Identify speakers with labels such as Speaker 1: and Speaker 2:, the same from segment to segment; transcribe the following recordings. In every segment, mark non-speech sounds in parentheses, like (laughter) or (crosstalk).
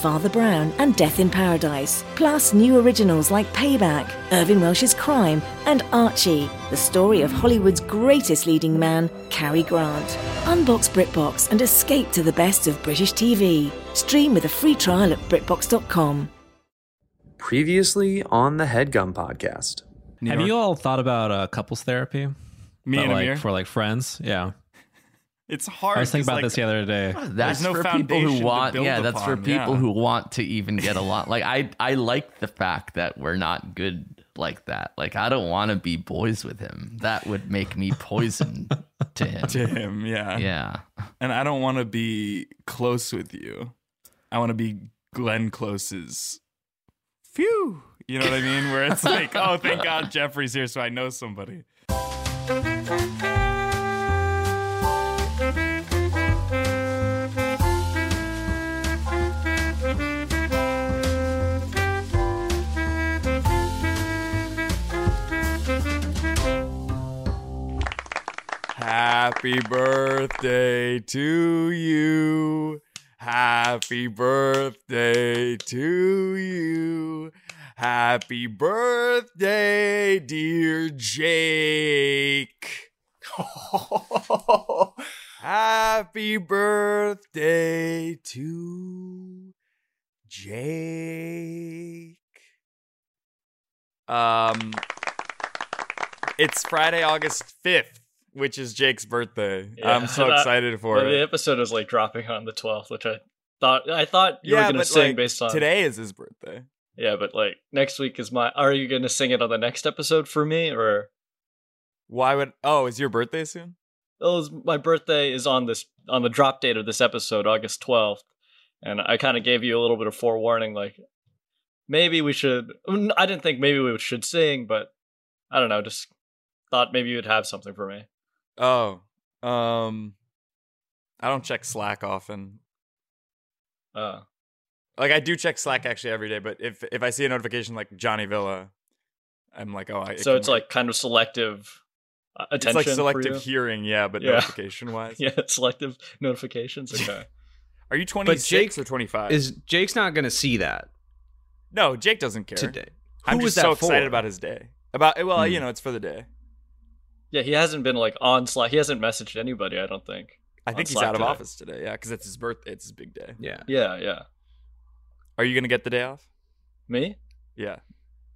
Speaker 1: Father Brown, and Death in Paradise. Plus, new originals like Payback, Irving Welsh's Crime, and Archie, the story of Hollywood's greatest leading man, Cary Grant. Unbox BritBox and escape to the best of British TV. Stream with a free trial at BritBox.com.
Speaker 2: Previously on the Headgum podcast.
Speaker 3: New
Speaker 4: Have
Speaker 3: York.
Speaker 4: you all thought about uh, couples therapy?
Speaker 3: Me
Speaker 4: But,
Speaker 3: and
Speaker 4: like,
Speaker 3: Amir.
Speaker 4: for like friends. Yeah,
Speaker 3: it's hard.
Speaker 4: I was thinking
Speaker 3: 'cause,
Speaker 4: about
Speaker 3: like,
Speaker 4: this the other day. (laughs)
Speaker 5: That's
Speaker 3: no
Speaker 5: for people
Speaker 3: foundation
Speaker 5: who
Speaker 3: to
Speaker 5: want.
Speaker 3: build
Speaker 5: Yeah, that's for
Speaker 3: upon,
Speaker 5: people
Speaker 3: yeah.
Speaker 5: who want to even get along. Like I, I like the fact that we're not good like that. Like I don't want to be boys with him. That would make me poison to
Speaker 3: (laughs) (laughs) to
Speaker 5: him.
Speaker 3: him. Yeah.
Speaker 5: Yeah.
Speaker 3: (laughs) And I don't want to be close with you. I want to be Glenn Close's. Phew. You know what I mean? Where
Speaker 4: (laughs)
Speaker 3: it's like, oh, thank God Jeffrey's here, so I know somebody. Happy birthday to you. Happy birthday to you. Happy birthday, dear Jake. Happy birthday to Jake. Um, it's Friday, August 5th, which is Jake's birthday.
Speaker 6: Yeah,
Speaker 3: I'm so
Speaker 6: that-
Speaker 3: excited for
Speaker 6: Well,
Speaker 3: it.
Speaker 6: The episode was like dropping on the twelfth, which I thought I thought you were gonna
Speaker 3: but,
Speaker 6: sing
Speaker 3: like,
Speaker 6: based on
Speaker 3: today is his birthday.
Speaker 6: Yeah, but like next week is my. Are you gonna sing it on the next episode for me or?
Speaker 3: Why would? Oh, is your birthday soon?
Speaker 6: Oh, it's- my birthday is on this on the drop date of this episode, August twelfth, and I kind of gave you a little bit of forewarning, like maybe we should. I didn't think maybe we should sing, but I don't know. Just thought maybe you'd have something for me.
Speaker 3: Oh, um, I don't check Slack often.
Speaker 6: Uh,
Speaker 3: Like I do check Slack actually every day, but if if I see a notification like Johnny Villa, I'm like, oh, I, it
Speaker 6: so
Speaker 3: can
Speaker 6: it's
Speaker 3: wait.
Speaker 6: like kind of selective uh,
Speaker 3: it's
Speaker 6: attention.
Speaker 3: like
Speaker 6: for
Speaker 3: selective
Speaker 6: you?
Speaker 3: hearing, yeah, but
Speaker 7: (laughs)
Speaker 6: Yeah.
Speaker 3: notification wise.
Speaker 6: (laughs) Yeah, selective notifications.
Speaker 3: (laughs)
Speaker 6: Okay.
Speaker 3: Are you 26
Speaker 7: Jake
Speaker 3: or 25?
Speaker 7: Is Jake's not going to see that
Speaker 3: no, Jake doesn't care.
Speaker 7: today?
Speaker 3: I'm
Speaker 7: Who
Speaker 3: just
Speaker 7: was that
Speaker 3: so
Speaker 7: for? Hmm.
Speaker 3: excited about his day. About well, you know, it's for the day.
Speaker 6: Yeah, he hasn't been like on Slack. He hasn't messaged anybody, I don't think.
Speaker 3: I
Speaker 6: On
Speaker 3: think he's
Speaker 6: Slack
Speaker 3: out of
Speaker 6: today.
Speaker 3: office today, yeah, because it's his birthday. It's his big day.
Speaker 7: Yeah.
Speaker 6: Yeah, yeah.
Speaker 3: Are you gonna get the day off?
Speaker 6: Me?
Speaker 3: Yeah.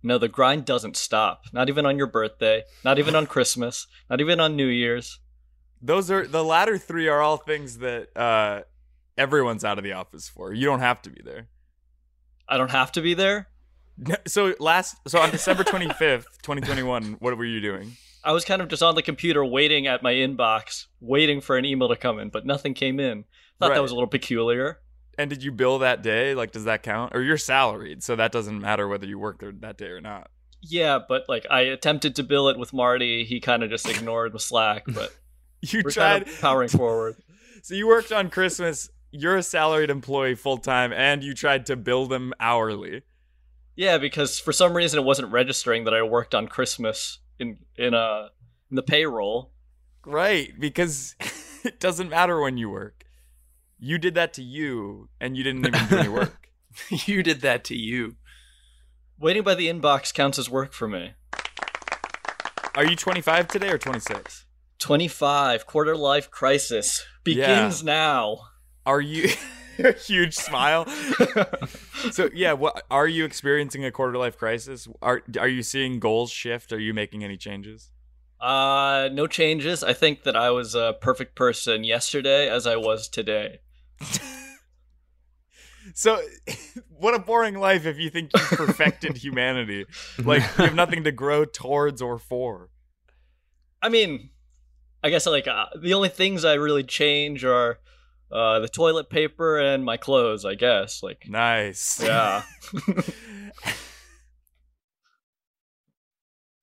Speaker 6: No, the grind doesn't stop. Not even on your birthday, not even on Christmas, not even on New Year's.
Speaker 3: Those are the latter three are all things that uh, everyone's out of the office for. You don't have to be there.
Speaker 6: I don't have to be there.
Speaker 3: No, So last, so on December twenty fifth, twenty twenty one, what were you doing?
Speaker 6: I was kind of just on the computer waiting at my inbox, waiting for an email to come in, but nothing came in. Thought
Speaker 3: Right.
Speaker 6: that was a little peculiar.
Speaker 3: And did you bill that day? Like, does that count? Or you're salaried, so that doesn't matter whether you worked there that day or not. (laughs)
Speaker 6: Yeah, but like I attempted to bill it with Marty. He kind of just ignored the Slack,
Speaker 3: (laughs)
Speaker 6: but
Speaker 3: You
Speaker 6: we're
Speaker 3: tried.
Speaker 6: kind of powering forward.
Speaker 3: so you worked on Christmas. You're a salaried employee full time, and you tried to bill them hourly.
Speaker 6: Yeah, because for some reason it wasn't registering that I worked on Christmas in in uh in the payroll.
Speaker 3: Right, because (laughs) it doesn't matter when you work. You did that to you, and you didn't even do any work.
Speaker 4: you did that to you.
Speaker 6: Waiting by the inbox counts as work for me.
Speaker 3: Are you 25 today or 26?
Speaker 6: 25 quarter life crisis begins now.
Speaker 3: Are you (laughs) huge
Speaker 6: (laughs)
Speaker 3: smile? so yeah, what are you experiencing a quarter life crisis? Are are you seeing goals shift? Are you making any changes?
Speaker 6: Uh no changes. I think that I was a perfect person yesterday as I was today.
Speaker 3: So (laughs) what a boring life if you think you've
Speaker 6: (laughs)
Speaker 3: perfected humanity. Like you have nothing to grow towards or for.
Speaker 6: I mean, I guess like uh, the only things I really change are uh the toilet paper and my clothes, I
Speaker 7: (laughs)
Speaker 6: guess. Like
Speaker 3: Nice.
Speaker 6: yeah.
Speaker 3: (laughs)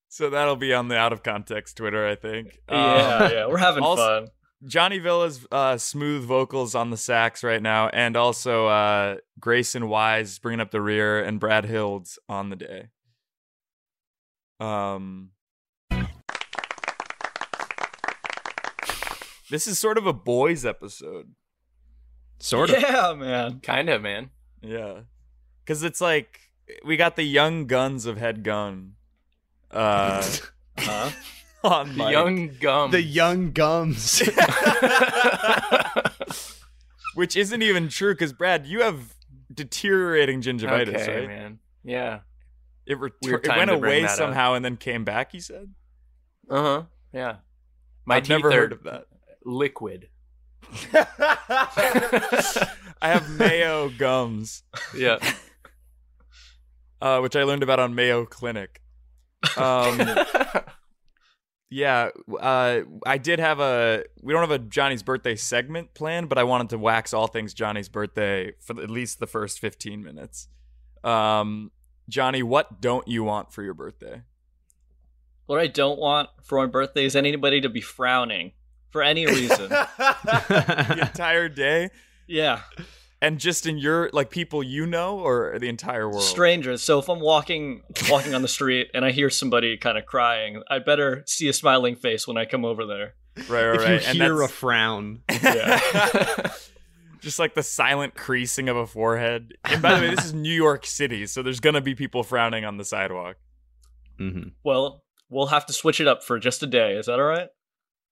Speaker 3: So that'll be on the out of context Twitter, Uh, I think. Um,
Speaker 7: Oh.
Speaker 6: yeah, yeah. We're having
Speaker 3: also-
Speaker 6: fun.
Speaker 3: Johnny Villa's uh, smooth vocals on the sax right now, and also uh, Grayson Wise bringing up the rear, and Brad Hildes on the day. Um, this is sort of a boys episode.
Speaker 7: Sort of.
Speaker 6: Yeah, man.
Speaker 4: Kind of, man.
Speaker 3: Yeah. Cause it's like we got the young guns of head gun. Uh
Speaker 4: (laughs)
Speaker 6: Huh?
Speaker 3: on
Speaker 4: The
Speaker 3: mic.
Speaker 4: young gum.
Speaker 8: The
Speaker 4: (laughs)
Speaker 8: young gums.
Speaker 3: (laughs) which isn't even true because Brad, you have deteriorating gingivitis,
Speaker 4: okay,
Speaker 3: right?
Speaker 4: man. Yeah.
Speaker 3: It, retur-
Speaker 4: Weird
Speaker 3: it
Speaker 4: time
Speaker 3: went
Speaker 4: to bring
Speaker 3: away
Speaker 4: that up.
Speaker 3: somehow and then came back, you said?
Speaker 4: Uh
Speaker 8: Uh-huh.
Speaker 4: huh. Yeah. My
Speaker 3: I've
Speaker 4: teeth
Speaker 3: never
Speaker 4: are
Speaker 3: heard of that.
Speaker 4: liquid.
Speaker 3: I have mayo gums,
Speaker 4: (laughs) Yeah.
Speaker 3: uh, which I learned about on Mayo Clinic. Um,
Speaker 4: (laughs)
Speaker 8: (laughs)
Speaker 3: Yeah, uh, I did have a. We don't have a Johnny's birthday segment planned, but I wanted to wax all things Johnny's birthday for the- at least the first fifteen minutes. Um, Johnny, what don't you want for your birthday?
Speaker 6: What I don't want for my birthday is anybody to be frowning for
Speaker 3: (laughs)
Speaker 6: any reason.
Speaker 3: The entire day,
Speaker 6: yeah,
Speaker 3: and just in your like people you know, or the entire world.
Speaker 6: strangers. So if I'm walking walking on the street and I hear somebody kind of crying, I better see a smiling face when I come over there.
Speaker 3: right, right,
Speaker 8: if
Speaker 3: right.
Speaker 8: you
Speaker 3: and
Speaker 8: hear a
Speaker 3: that's
Speaker 8: frown,
Speaker 3: (laughs) just like the silent creasing of a forehead. And by the way, this is New York City, so there's gonna be people frowning on the sidewalk. (laughs)
Speaker 8: mm-hmm.
Speaker 6: Well, we'll have to switch it up for just a day. Is that all right?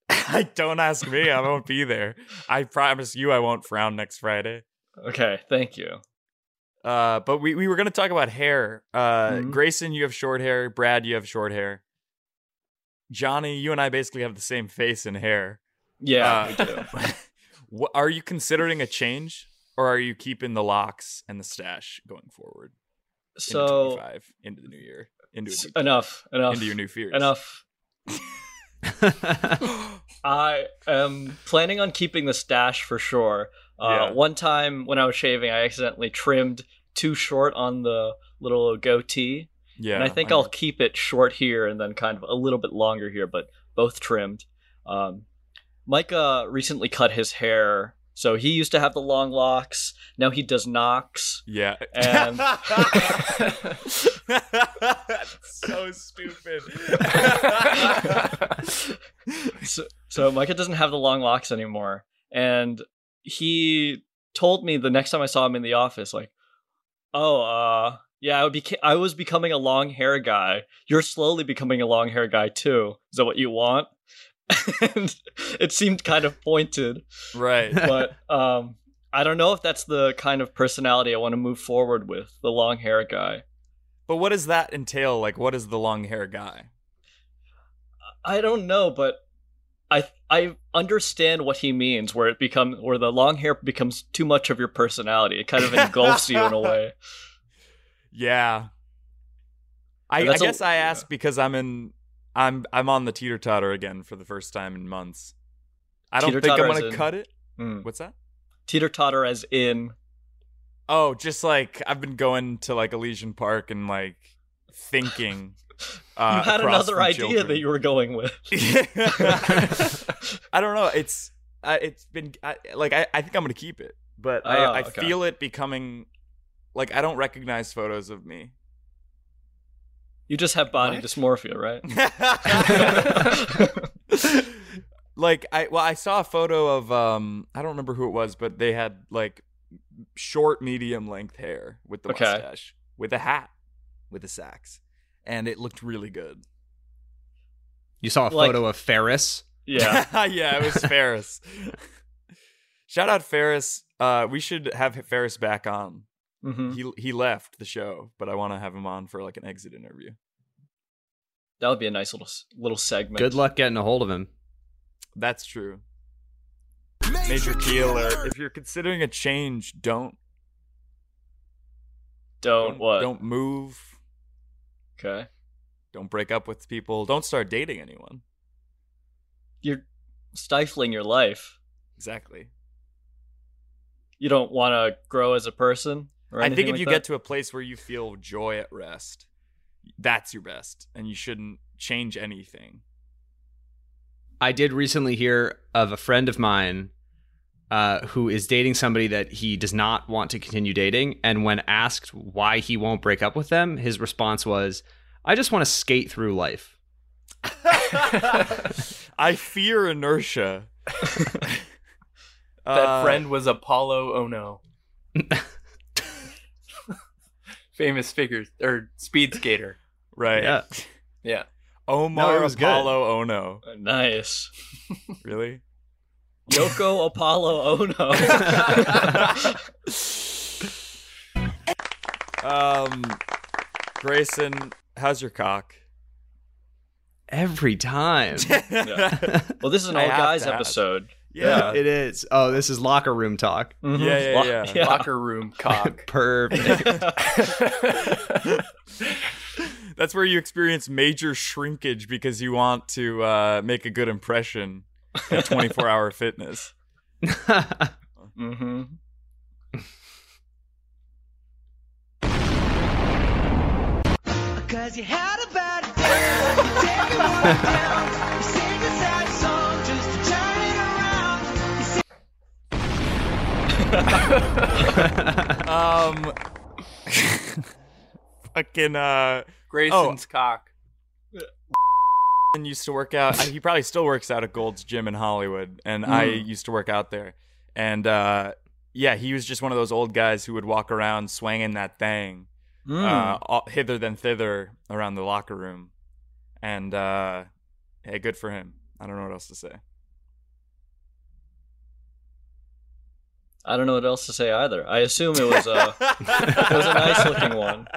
Speaker 3: I don't ask me. I won't be there. I promise you, I won't frown next Friday.
Speaker 6: Okay, thank you.
Speaker 3: Uh, but we, we were going to talk about hair. Uh,
Speaker 8: Mm-hmm.
Speaker 6: Mhm.
Speaker 3: Grayson, you have short hair. Brad, you have short hair. Johnny, you and I basically have the same face and hair.
Speaker 6: Yeah,
Speaker 3: Uh,
Speaker 6: we
Speaker 3: (laughs)
Speaker 6: do.
Speaker 3: Wh- are you considering a change, or are you keeping the locks and the stash going forward? into
Speaker 6: so
Speaker 3: 25, into the new year, into a
Speaker 6: s-
Speaker 3: new-
Speaker 6: enough, enough,
Speaker 3: into your new fears.
Speaker 6: enough. I am planning on keeping the stash for sure. Uh,
Speaker 3: Yeah.
Speaker 6: One time when I was shaving, I accidentally trimmed too short on the little goatee,
Speaker 3: Yeah,
Speaker 6: and I think
Speaker 3: know.
Speaker 6: I'll keep it short here and then kind of a little bit longer here, but both trimmed. Um, Micah recently cut his hair, so he used to have the long locks. Now he does knocks.
Speaker 3: Yeah. (laughs)
Speaker 6: And-
Speaker 3: so stupid.
Speaker 6: so, so Micah doesn't have the long locks anymore, and he told me the next time I saw him in the office, like, "Oh, uh, yeah, I would be. I was becoming a long hair guy. You're slowly becoming a long hair guy too. Is that what you want?" (laughs) and it seemed kind of pointed,
Speaker 3: right.
Speaker 6: but um, I don't know if that's the kind of personality I want to move forward with. The long hair guy.
Speaker 3: But what does that entail? Like, what is the long hair guy?
Speaker 6: I don't know, but I I understand what he means. Where it become where the long hair becomes too much of your personality. It kind of engulfs you in
Speaker 3: (laughs)
Speaker 6: a way.
Speaker 3: Yeah. I, I
Speaker 6: That's a-
Speaker 3: guess I asked because I'm in, I'm I'm on the teeter totter again for the first time in months. I don't think I'm
Speaker 6: Teeter-totter as
Speaker 3: gonna
Speaker 6: in-
Speaker 3: cut it.
Speaker 6: Mm.
Speaker 3: What's that?
Speaker 6: Teeter totter, as in
Speaker 3: Oh, just like I've been going to like Elysian Park and like thinking. Uh,
Speaker 6: (laughs) you had
Speaker 3: across
Speaker 6: another
Speaker 3: from
Speaker 6: idea that
Speaker 3: children.
Speaker 6: you were going
Speaker 3: (laughs)
Speaker 6: with.
Speaker 3: I don't know. It's uh, it's been I, like I, I think I'm gonna keep it, but I,
Speaker 6: Oh,
Speaker 3: I
Speaker 6: okay.
Speaker 3: feel it becoming like I don't recognize photos of
Speaker 6: (laughs)
Speaker 3: me.
Speaker 6: (laughs)
Speaker 3: (laughs)
Speaker 6: You just have body dysmorphia,
Speaker 3: (laughs)
Speaker 6: right? (laughs)
Speaker 3: (laughs) like I well I saw a photo of um I don't remember who it was, but they had like short medium length hair with the
Speaker 6: Okay.
Speaker 3: mustache, with a hat, with a sax, and it looked really good.
Speaker 8: you saw a
Speaker 6: Like-
Speaker 8: photo of Ferris.
Speaker 6: yeah.
Speaker 3: (laughs) yeah, it was Ferris. (laughs) Shout out Ferris. Uh, we should have Ferris back on.
Speaker 6: hmm
Speaker 3: He he left the show, but I want to have him on for like an exit interview.
Speaker 6: That would be a nice little s- little segment.
Speaker 8: Good luck getting a hold of him.
Speaker 3: That's true. Major key alert. If you're considering a change, don't
Speaker 6: Don't what?
Speaker 3: don't move.
Speaker 6: Okay.
Speaker 3: Don't break up with people. Don't start dating anyone.
Speaker 6: You're stifling your life.
Speaker 3: Exactly.
Speaker 6: You don't want to grow as a person. Or
Speaker 3: I think if
Speaker 6: anything like
Speaker 3: you
Speaker 6: that?
Speaker 3: get to a place where you feel joy at rest, that's your best, and you shouldn't change anything.
Speaker 8: I did recently hear of a friend of mine uh, who is dating somebody that he does not want to continue dating. And when asked why he won't break up with them, his response was, I just want to skate through life.
Speaker 3: (laughs) I fear inertia. Uh,
Speaker 4: That
Speaker 8: Uh,
Speaker 4: friend was Apollo
Speaker 3: (laughs)
Speaker 4: Ono. Famous figures or speed skater.
Speaker 3: right?
Speaker 8: Yeah.
Speaker 4: Yeah.
Speaker 3: Omar
Speaker 8: No, it was good.
Speaker 3: Apollo Ono.
Speaker 6: Nice.
Speaker 3: Really?
Speaker 6: (laughs) Yoko Apollo Ono.
Speaker 3: (laughs) Um, Grayson, how's your cock?
Speaker 8: Every time.
Speaker 3: (laughs) yeah.
Speaker 6: well, this is an
Speaker 3: I
Speaker 6: all
Speaker 3: have
Speaker 6: guys
Speaker 3: to ask.
Speaker 6: episode.
Speaker 3: Yeah.
Speaker 8: it is. Oh, this is locker room talk.
Speaker 3: Yeah. Yeah. (laughs)
Speaker 6: Lock-
Speaker 3: yeah.
Speaker 6: Yeah.
Speaker 4: Locker room
Speaker 3: (laughs)
Speaker 4: cock.
Speaker 8: Perfect.
Speaker 3: (laughs) That's where you experience major shrinkage because you want to uh, make a good impression at 24 hour fitness.
Speaker 6: Mm-hmm.
Speaker 9: Cause you had a bad day, you take a woman down, you sing a sad song just to turn it around.
Speaker 3: Um, (laughs) fucking,
Speaker 8: Oh.
Speaker 3: uh, (laughs)
Speaker 4: Grayson's cock.
Speaker 3: and used to work out. He probably still works out at Gold's Gym in Hollywood, and I used to work out there. And uh, yeah, he was just one of those old guys who would walk around swinging that thing
Speaker 6: Hmm.
Speaker 3: uh, all- hither than thither around the locker room. And uh, hey, good for him. I don't know what else to say.
Speaker 6: I don't know what else to say either. I assume it was uh,
Speaker 3: (laughs)
Speaker 6: a it was a nice looking one.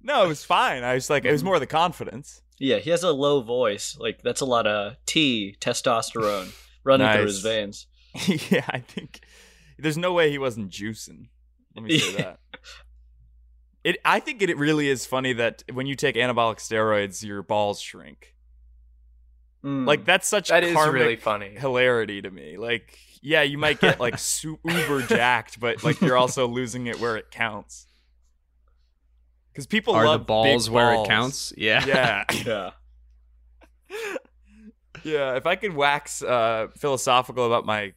Speaker 3: No, it was fine. I was like, it was more the confidence. (laughs)
Speaker 6: Yeah, he has a low voice. Like that's a lot of T testosterone running through
Speaker 3: Nice.
Speaker 6: his veins.
Speaker 3: yeah, I think there's no way he wasn't juicing. Let me say
Speaker 6: Yeah.
Speaker 3: that. It, I think it, it really is funny that when you take anabolic steroids, your balls shrink.
Speaker 6: Mm.
Speaker 3: Like that's such
Speaker 4: That is
Speaker 3: karmic
Speaker 4: really funny.
Speaker 3: hilarity to me. Like, yeah, you might get
Speaker 8: (laughs)
Speaker 3: like su- uber jacked, but like you're also losing it where it counts. Because people
Speaker 8: Are the
Speaker 3: love big
Speaker 8: balls where
Speaker 3: balls.
Speaker 8: it counts? (laughs) Yeah.
Speaker 3: Yeah,
Speaker 6: yeah.
Speaker 3: yeah. If I could wax uh, philosophical about my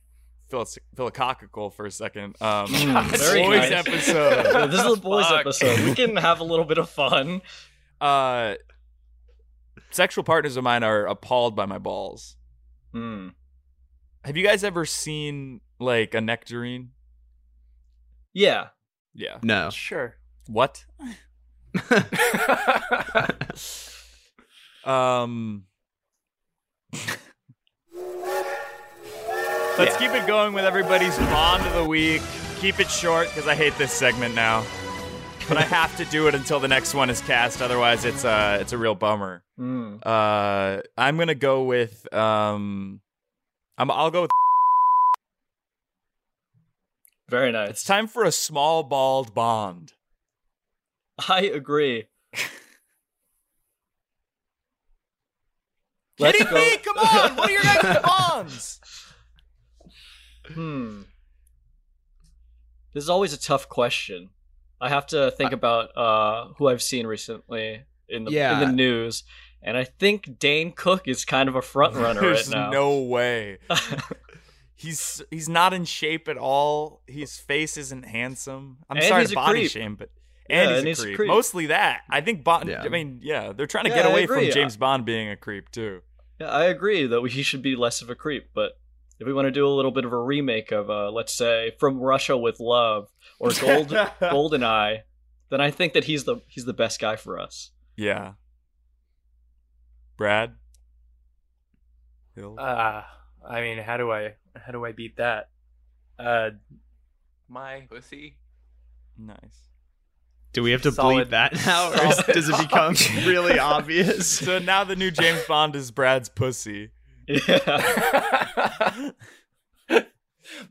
Speaker 3: philis- philococcal for a second, um,
Speaker 8: Mm,
Speaker 6: very
Speaker 3: (laughs) boys
Speaker 6: nice.
Speaker 8: (laughs)
Speaker 3: episode.
Speaker 6: Yeah,
Speaker 3: (laughs)
Speaker 6: this is a boys
Speaker 3: Fuck.
Speaker 6: episode. We can have a little bit of fun.
Speaker 3: Uh, sexual partners of mine are appalled by my balls.
Speaker 6: Hmm.
Speaker 3: Have you guys ever seen like a nectarine?
Speaker 6: Yeah.
Speaker 3: Yeah.
Speaker 8: No.
Speaker 4: Sure.
Speaker 3: What? (laughs) Um. Let's keep it going with everybody's bond of the week. Keep it short because I hate this segment now, but I have to do it until the next one is cast. Otherwise, it's uh, it's a real bummer.
Speaker 6: Mm.
Speaker 3: Uh, I'm gonna go with um, I'm I'll go with.
Speaker 6: Very nice.
Speaker 3: It's time for a small bald bond.
Speaker 6: I agree.
Speaker 3: Kidding me? Come on! What are your (laughs) next bonds?
Speaker 6: Hmm. This is always a tough question. I have to think about uh, who I've seen recently in the
Speaker 8: Yeah.
Speaker 6: in the news, and I think Dane Cook is kind of a
Speaker 3: (laughs)
Speaker 6: front runner right
Speaker 3: There's
Speaker 6: now.
Speaker 3: no way. He's he's not in shape at all. His face isn't handsome. I'm
Speaker 6: And
Speaker 3: sorry
Speaker 6: he's
Speaker 3: to
Speaker 6: a
Speaker 3: body
Speaker 6: creep.
Speaker 3: shame, but
Speaker 6: Yeah,
Speaker 3: and, he's,
Speaker 6: and
Speaker 3: a,
Speaker 6: he's a
Speaker 3: creep.
Speaker 6: creep.
Speaker 3: Mostly that. I think Bond.
Speaker 8: Yeah.
Speaker 3: I mean, yeah, they're trying to
Speaker 6: Yeah,
Speaker 3: get
Speaker 6: I
Speaker 3: away
Speaker 6: agree.
Speaker 3: from James Bond being a creep too.
Speaker 6: (laughs) Yeah, I agree that he should be less of a creep, but if we want to do a little bit of a remake of, uh, let's say, From Russia with Love or Gold Goldeneye, then I think that he's the he's the best guy for us.
Speaker 3: Yeah. Brad. Hill.
Speaker 4: Uh, I mean, how do I how do I beat that? Uh, my pussy.
Speaker 3: nice.
Speaker 8: Do we have to bleep
Speaker 4: Solid-
Speaker 8: that now? (laughs) Or is- does it become really obvious?
Speaker 3: So now the new James
Speaker 6: (laughs)
Speaker 3: Bond is Brad's pussy.
Speaker 6: Yeah.
Speaker 4: (laughs) (laughs)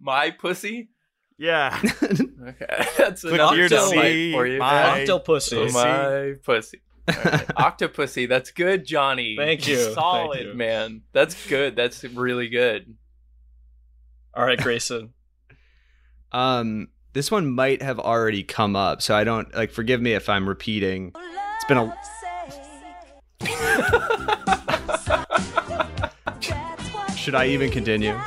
Speaker 4: my pussy.
Speaker 3: Yeah. (laughs)
Speaker 4: Okay, (laughs) that's
Speaker 3: Click
Speaker 4: an
Speaker 3: here to
Speaker 4: octo
Speaker 3: see
Speaker 4: for you.
Speaker 3: my-
Speaker 6: Octopussy.
Speaker 3: Pussy.
Speaker 4: my pussy.
Speaker 10: (laughs)
Speaker 4: Alright. Octopussy. That's good, Johnny.
Speaker 6: Thank you. Thank
Speaker 4: Solid,
Speaker 6: you.
Speaker 4: man. That's good. That's really good.
Speaker 6: All right, Grayson.
Speaker 8: Um, this one might have already come up, so I don't like. Forgive me if I'm repeating. It's been a.
Speaker 7: Should I even continue?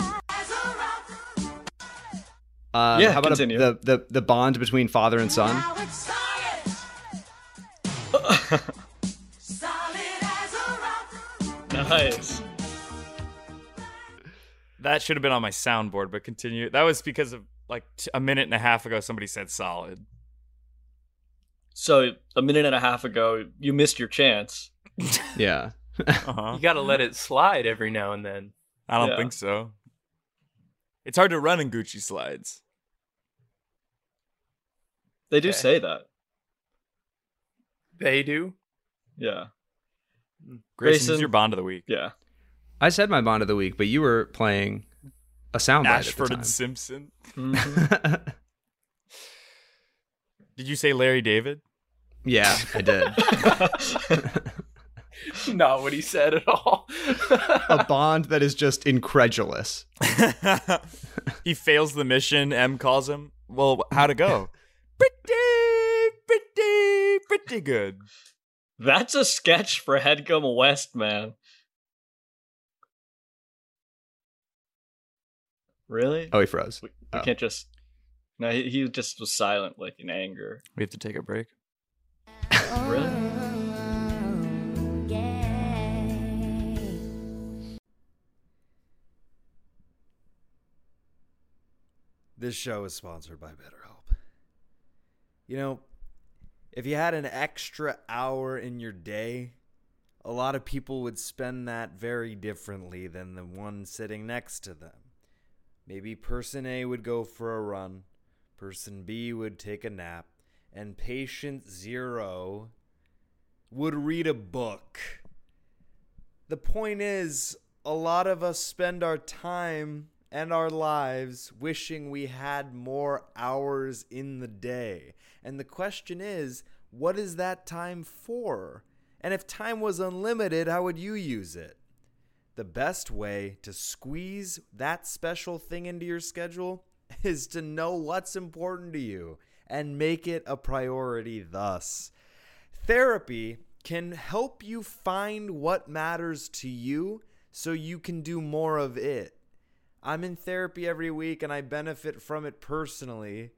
Speaker 7: Um,
Speaker 6: Yeah,
Speaker 7: how about a-
Speaker 6: continue.
Speaker 7: the, the the bond between father and son?
Speaker 6: Nice.
Speaker 10: That should have been on my soundboard, but continue. That was because of like t- a minute and a half ago, somebody said solid.
Speaker 6: So a minute and a half ago, you missed your chance.
Speaker 7: Yeah.
Speaker 10: Uh-huh.
Speaker 4: You got to let it slide every now and then.
Speaker 10: I don't
Speaker 6: Yeah.
Speaker 10: think so. It's hard to run in Gucci slides.
Speaker 6: They do
Speaker 4: Okay.
Speaker 6: say that.
Speaker 4: They do. (laughs)
Speaker 6: Yeah.
Speaker 10: Grayson's
Speaker 6: Grayson-
Speaker 10: your bond of the week.
Speaker 6: Yeah. (laughs)
Speaker 7: I said my bond of the week, but you were playing a soundbite
Speaker 10: Ashford
Speaker 7: at
Speaker 10: and
Speaker 7: the
Speaker 10: Simpson.
Speaker 6: Mhm.
Speaker 7: time.
Speaker 10: Did you say Larry (laughs) David?
Speaker 7: (laughs) yeah, I did.
Speaker 4: Not what he said at all. (laughs)
Speaker 7: a bond that is just incredulous.
Speaker 10: he fails the mission. M calls him. Well, how'd it go? (laughs) pretty, pretty, pretty good.
Speaker 6: That's a sketch for Headgum West, man. Really?
Speaker 7: Oh, he froze.
Speaker 6: we, we
Speaker 7: oh.
Speaker 6: can't just. No, he, he just was silent, like in anger.
Speaker 10: We have to take a break.
Speaker 6: Really?
Speaker 8: This show is sponsored by BetterHelp. You know, if you had an extra hour in your day, a lot of people would spend that very differently than the one sitting next to them. Maybe person A would go for a run, person B would take a nap, and patient zero would read a book. The point is, a lot of us spend our time and our lives wishing we had more hours in the day. And the question is, what is that time for? And if time was unlimited, how would you use it? The best way to squeeze that special thing into your schedule is to know what's important to you and make it a priority thus. Therapy can help you find what matters to you so you can do more of it. I'm in therapy every week and I benefit from it personally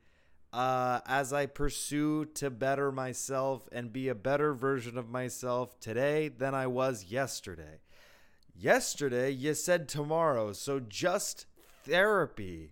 Speaker 8: uh, as I pursue to better myself and be a better version of myself today than I was yesterday. Yesterday, you said tomorrow, so just therapy.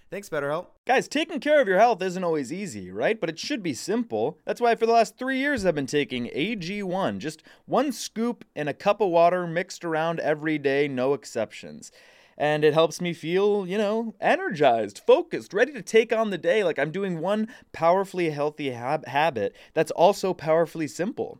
Speaker 8: Thanks, BetterHelp.
Speaker 3: Guys, taking care of your health isn't always easy, right? But it should be simple. That's why for the last three years I've been taking AG1, just one scoop in a cup of water mixed around every day, no exceptions. And it helps me feel, you know, energized, focused, ready to take on the day. Like I'm doing one powerfully healthy hab- habit that's also powerfully simple.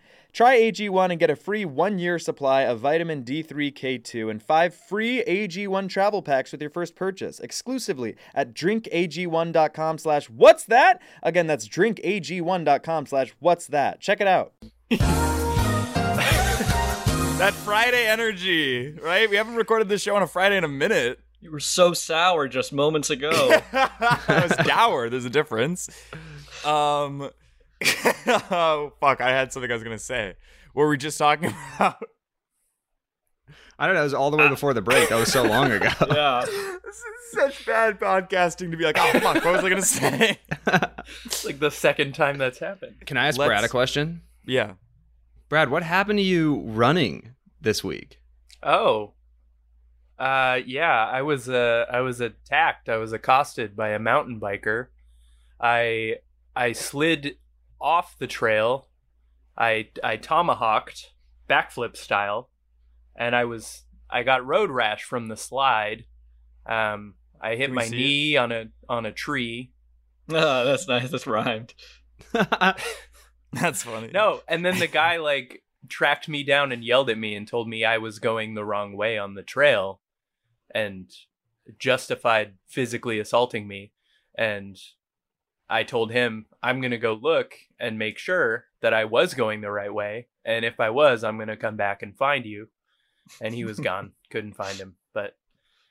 Speaker 3: Try AG1 and get a free one year supply of vitamin D3K2 and five free AG1 travel packs with your first purchase exclusively at drinkag1.com slash what's that? Again, that's drinkag1.com slash what's that. Check it out.
Speaker 10: That Friday energy, right? We haven't recorded this show on a Friday in a minute. (laughs)
Speaker 6: You were so sour just moments ago.
Speaker 10: I was dour. There's a difference. Um, (laughs) (laughs) oh fuck! I had something I was gonna say. Were we just talking about?
Speaker 8: I don't know. It was all the way before the break. That was so long (laughs) ago.
Speaker 6: yeah. (laughs)
Speaker 3: This is such bad podcasting to be like, oh fuck, what was I
Speaker 10: (laughs)
Speaker 3: gonna say?
Speaker 4: It's like the second time that's happened.
Speaker 8: Can I ask
Speaker 3: Let's-
Speaker 8: Brad a question?
Speaker 3: Yeah.
Speaker 8: Brad, what happened to you running this week?
Speaker 4: Oh. Uh yeah, I was uh I was attacked. I was accosted by a mountain biker. I I slid off the trail. I I tomahawked backflip style and I was I got road rash from the slide. Um I hit
Speaker 6: Can we
Speaker 4: my
Speaker 6: see it?
Speaker 4: knee on a on a tree.
Speaker 6: Oh, that's nice. That's rhymed. (laughs)
Speaker 3: That's funny.
Speaker 4: No, and then the guy like tracked me down and yelled at me and told me I was going the wrong way on the trail and justified physically assaulting me and I told him I'm going to go look and make sure that I was going the right way and if I was I'm going to come back and find you and he was gone couldn't find him but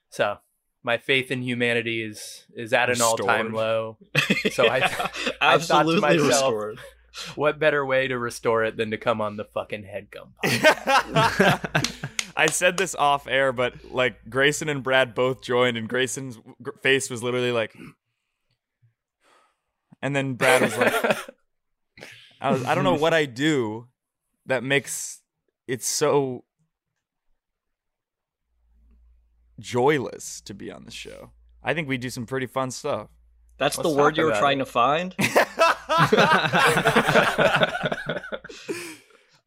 Speaker 4: so my faith in humanity is is at an all-time
Speaker 6: Restored.
Speaker 4: low so I I thought to
Speaker 6: Absolutely
Speaker 4: myself
Speaker 6: restored.
Speaker 4: what better way to restore it than to come on the fucking headgum podcast?
Speaker 3: I said this off air, but like Grayson and Brad both joined, and Grayson's gr- face was literally like, and then Brad was like, I, was, I don't know what I do that makes it so joyless to be on the show. I think we do some pretty fun stuff. (laughs)
Speaker 6: That's
Speaker 3: Let's
Speaker 6: the word
Speaker 3: talk
Speaker 6: you were
Speaker 3: about
Speaker 6: trying
Speaker 3: it.
Speaker 6: to find?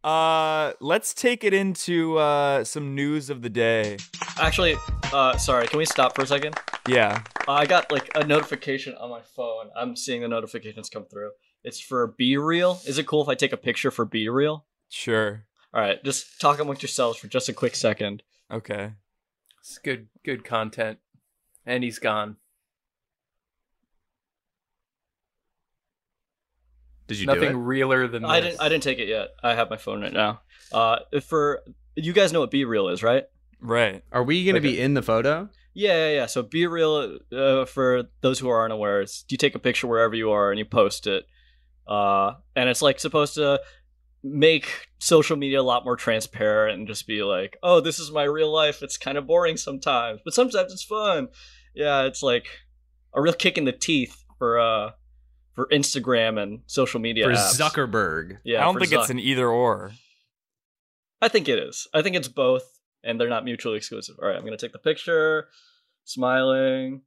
Speaker 3: Uh, let's take it into uh, some news of the day.
Speaker 6: Actually, uh, sorry, can we stop for a second?
Speaker 3: Yeah.
Speaker 6: Uh, I got like a notification on my phone. I'm seeing the notifications come through. It's for B Reel. Is it cool if I take a picture for B Reel?
Speaker 3: Sure.
Speaker 6: All right, just talk amongst yourselves for just a quick second.
Speaker 3: Okay.
Speaker 4: (laughs) It's good good content. And he's gone.
Speaker 8: Did
Speaker 6: you do
Speaker 4: Nothing
Speaker 6: it?
Speaker 4: realer than
Speaker 6: I
Speaker 4: this.
Speaker 6: didn't. I didn't take it yet. I have my phone right now. Uh, for you guys know what B Reel is, right?
Speaker 3: Right.
Speaker 8: Are we going to be (laughs) in the photo?
Speaker 6: Yeah, yeah, yeah. So be real. Uh, for those who aren't aware, it's, you take a picture wherever you are and you post it, uh, and it's like supposed to make social media a lot more transparent and just be like, "Oh, this is my real life. It's kind of boring sometimes, but sometimes it's fun." Yeah, it's like a real kick in the teeth for uh, for Instagram and social media
Speaker 8: for
Speaker 6: apps.
Speaker 8: Zuckerberg.
Speaker 6: Yeah,
Speaker 3: I don't
Speaker 6: for
Speaker 3: think it's
Speaker 6: Zuck.
Speaker 3: an either or.
Speaker 6: I think it is. I think it's both, and they're not mutually exclusive. All right, I'm gonna take the picture. Smiling.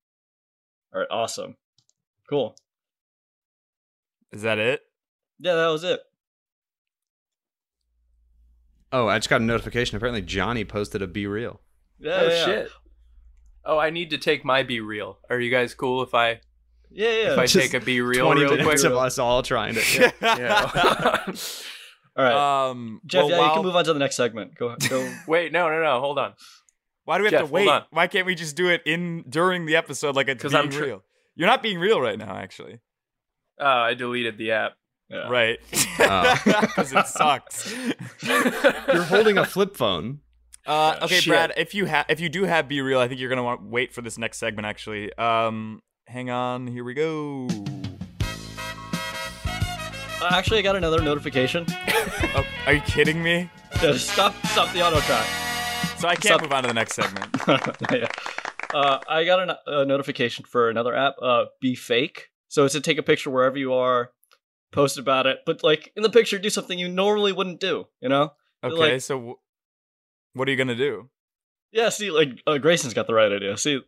Speaker 6: All right, awesome, cool.
Speaker 3: Is that it?
Speaker 6: Yeah, that was it.
Speaker 8: Oh, I just got a notification. Apparently, Johnny posted a be real.
Speaker 6: Yeah,
Speaker 4: oh
Speaker 6: yeah, yeah.
Speaker 4: shit. Oh, I need to take my be real. Are you guys cool if I
Speaker 6: Yeah, yeah. (laughs)
Speaker 4: if I
Speaker 8: Just
Speaker 4: take a be real
Speaker 8: Twenty
Speaker 4: real
Speaker 8: minutes
Speaker 4: quick?
Speaker 8: of us all trying to.
Speaker 3: (laughs)
Speaker 8: (laughs)
Speaker 6: All (laughs)
Speaker 4: uh,
Speaker 6: right,
Speaker 3: Um,
Speaker 6: Jeff.
Speaker 3: well,
Speaker 6: yeah, you
Speaker 3: while-
Speaker 6: can move on to the next segment. Go.
Speaker 4: (laughs)
Speaker 6: go.
Speaker 4: (laughs) Wait, no, no, no. Hold on.
Speaker 3: Why do we have
Speaker 4: Jeff,
Speaker 3: to
Speaker 4: hold
Speaker 3: wait?
Speaker 4: on.
Speaker 3: Why can't we just do it in during the episode like it's
Speaker 4: 'Cause
Speaker 3: being
Speaker 4: I'm tr-
Speaker 3: real? You're not being real right now, actually.
Speaker 4: Oh, I deleted the app.
Speaker 6: Yeah.
Speaker 3: Right. (laughs) Because it
Speaker 6: (laughs)
Speaker 3: sucks.
Speaker 8: You're holding a flip (laughs) phone.
Speaker 3: Uh, okay,
Speaker 8: Shit.
Speaker 3: Brad. If you have, if you do have be real, I think you're gonna want to wait for this next segment. Actually, um, hang on. Here we go.
Speaker 6: Uh, actually, I got another notification. (laughs)
Speaker 3: Oh, are you kidding me?
Speaker 6: Yeah, just stop! Stop the auto track. (laughs)
Speaker 3: So I can't
Speaker 6: Stop.
Speaker 3: move on to the next segment.
Speaker 6: yeah. Uh, I got a, a notification for another app. Uh, be fake. So it's to take a picture wherever you are, post about it, but like in the picture, do something you normally wouldn't do. You know?
Speaker 3: Okay,
Speaker 6: Like,
Speaker 3: so w- what are you gonna do?
Speaker 6: yeah. See, like uh, Grayson's got the right idea. See,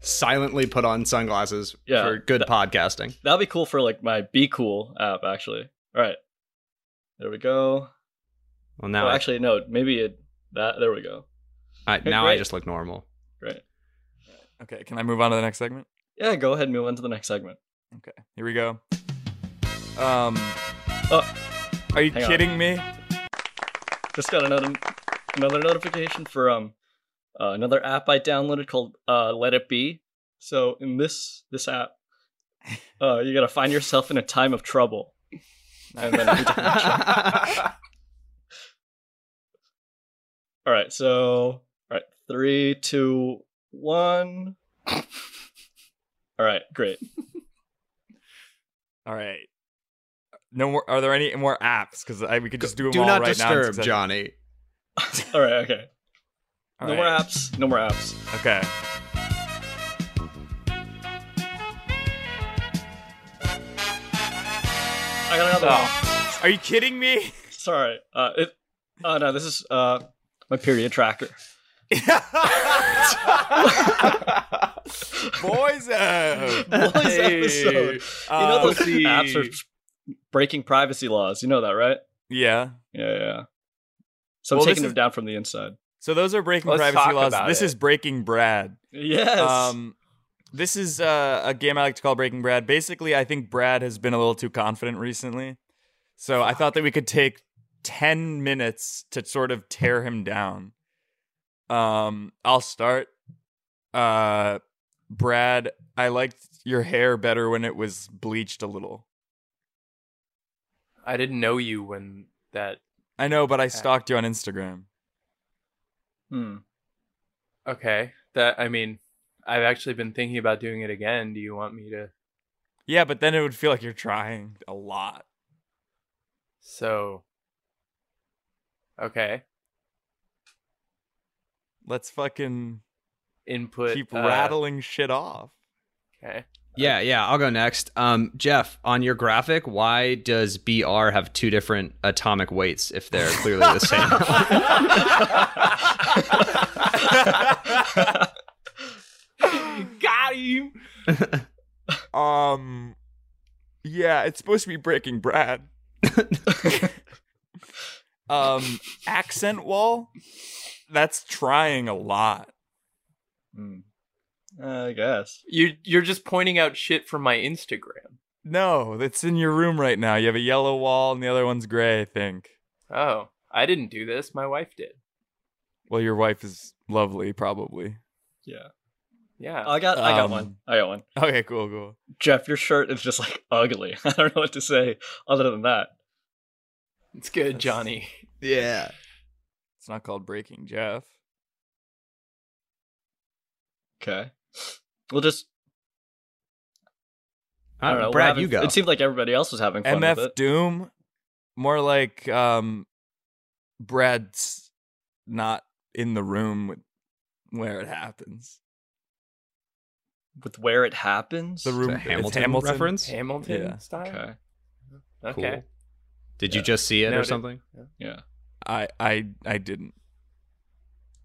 Speaker 8: Silently put on sunglasses
Speaker 6: Yeah.
Speaker 8: for good podcasting.
Speaker 6: that'd be cool for like my Be Cool app, actually. All right. There we go.
Speaker 8: Well, now,
Speaker 6: oh,
Speaker 8: I-
Speaker 6: actually, no. Maybe it. That. There we go.
Speaker 8: I, now I
Speaker 6: great.
Speaker 8: just look normal.
Speaker 6: (laughs) Right.
Speaker 3: Okay, can I move on to the next segment?
Speaker 6: Yeah. Go ahead. and Move on to the next segment.
Speaker 3: Okay, here we go. Um,
Speaker 6: Oh,
Speaker 3: are you
Speaker 6: hang on.
Speaker 3: kidding me?
Speaker 6: just got another another notification for um uh, another app I downloaded called uh, Let It Be. So in this
Speaker 8: (laughs)
Speaker 6: this app, uh, you gotta find yourself in a time of trouble. And then every
Speaker 8: (laughs)
Speaker 6: time of trouble- all right, so all right, three, two, (laughs) one. All right, great. (laughs)
Speaker 3: All right. No more. Are there any more apps? Because we could just do them
Speaker 8: Do
Speaker 3: all
Speaker 8: not
Speaker 3: right now.
Speaker 8: disturb, Johnny.
Speaker 6: All right, okay. no more apps. No more apps.
Speaker 3: Okay.
Speaker 6: I got another one.
Speaker 3: Are you kidding me? (laughs)
Speaker 6: Sorry. Uh, it, oh no, this is uh, my period tracker.
Speaker 3: Boys out.
Speaker 6: (laughs) Boys episode. You know those Uh, (laughs) apps
Speaker 3: Um,
Speaker 6: are breaking privacy laws. You know that, right?
Speaker 3: Yeah.
Speaker 6: Yeah, yeah. So I'm
Speaker 3: Well, this
Speaker 6: taking
Speaker 3: is-
Speaker 6: them down from the inside.
Speaker 3: So those are breaking
Speaker 4: Let's
Speaker 3: privacy
Speaker 4: talk
Speaker 3: laws.
Speaker 4: about
Speaker 3: This
Speaker 4: it.
Speaker 3: is breaking Brad.
Speaker 6: Yes.
Speaker 3: Um, this is uh, a game I like to call Breaking Brad. Basically, I think Brad has been a little too confident recently. So I thought that we could take 10 minutes to sort of tear him down. Um, I'll start. Uh, Brad, I liked your hair better when it was bleached a little.
Speaker 4: (laughs) I didn't know you when that.
Speaker 3: I know, but I stalked you on Instagram.
Speaker 6: Hmm. (laughs)
Speaker 4: Okay. That I mean, I've actually been thinking about doing it again. Do you want me to?
Speaker 3: Yeah, but then it would feel like you're trying a lot.
Speaker 4: So. Okay.
Speaker 3: Let's fucking
Speaker 4: input.
Speaker 3: keep
Speaker 4: uh,
Speaker 3: rattling shit off.
Speaker 4: Okay.
Speaker 8: Yeah, yeah, I'll go next. Um, Jeff, on your graphic, why does BR have two different atomic weights if they're clearly
Speaker 6: (laughs)
Speaker 8: the (laughs) same?
Speaker 4: Got you.
Speaker 3: Um, yeah, it's supposed to be Breaking Brad. (laughs) um, accent wall. That's trying a lot.
Speaker 6: Hmm. I guess.
Speaker 4: You you're just pointing out shit from my Instagram.
Speaker 3: No, that's in your room right now. You have a yellow wall and the other one's gray, I think.
Speaker 4: Oh, I didn't do this. My wife did.
Speaker 3: Well, your wife is lovely, probably.
Speaker 6: Yeah.
Speaker 4: Yeah.
Speaker 6: I got. I got
Speaker 3: Um,
Speaker 6: one. I got one.
Speaker 3: Okay, cool, cool.
Speaker 6: Jeff, your shirt is just like ugly. (laughs) I don't know what to say other than that.
Speaker 4: It's good, Johnny.
Speaker 3: Yeah. It's not called Breaking Jeff.
Speaker 6: Okay. We'll just. I
Speaker 8: Uh,
Speaker 6: don't know. we're
Speaker 8: Brad,
Speaker 6: having-
Speaker 8: you go.
Speaker 6: It seemed like everybody else was having fun with
Speaker 3: MF
Speaker 6: it.
Speaker 3: Doom, more like um, Brad's not in the room with, where it happens.
Speaker 6: With where it happens.
Speaker 3: The room
Speaker 8: a
Speaker 3: it's
Speaker 8: Hamilton reference?
Speaker 4: Hamilton
Speaker 3: Yeah.
Speaker 4: style.
Speaker 6: Okay.
Speaker 4: Okay.
Speaker 8: Did you just see it or
Speaker 4: Noted.
Speaker 8: something?
Speaker 6: Yeah.
Speaker 3: I I I didn't.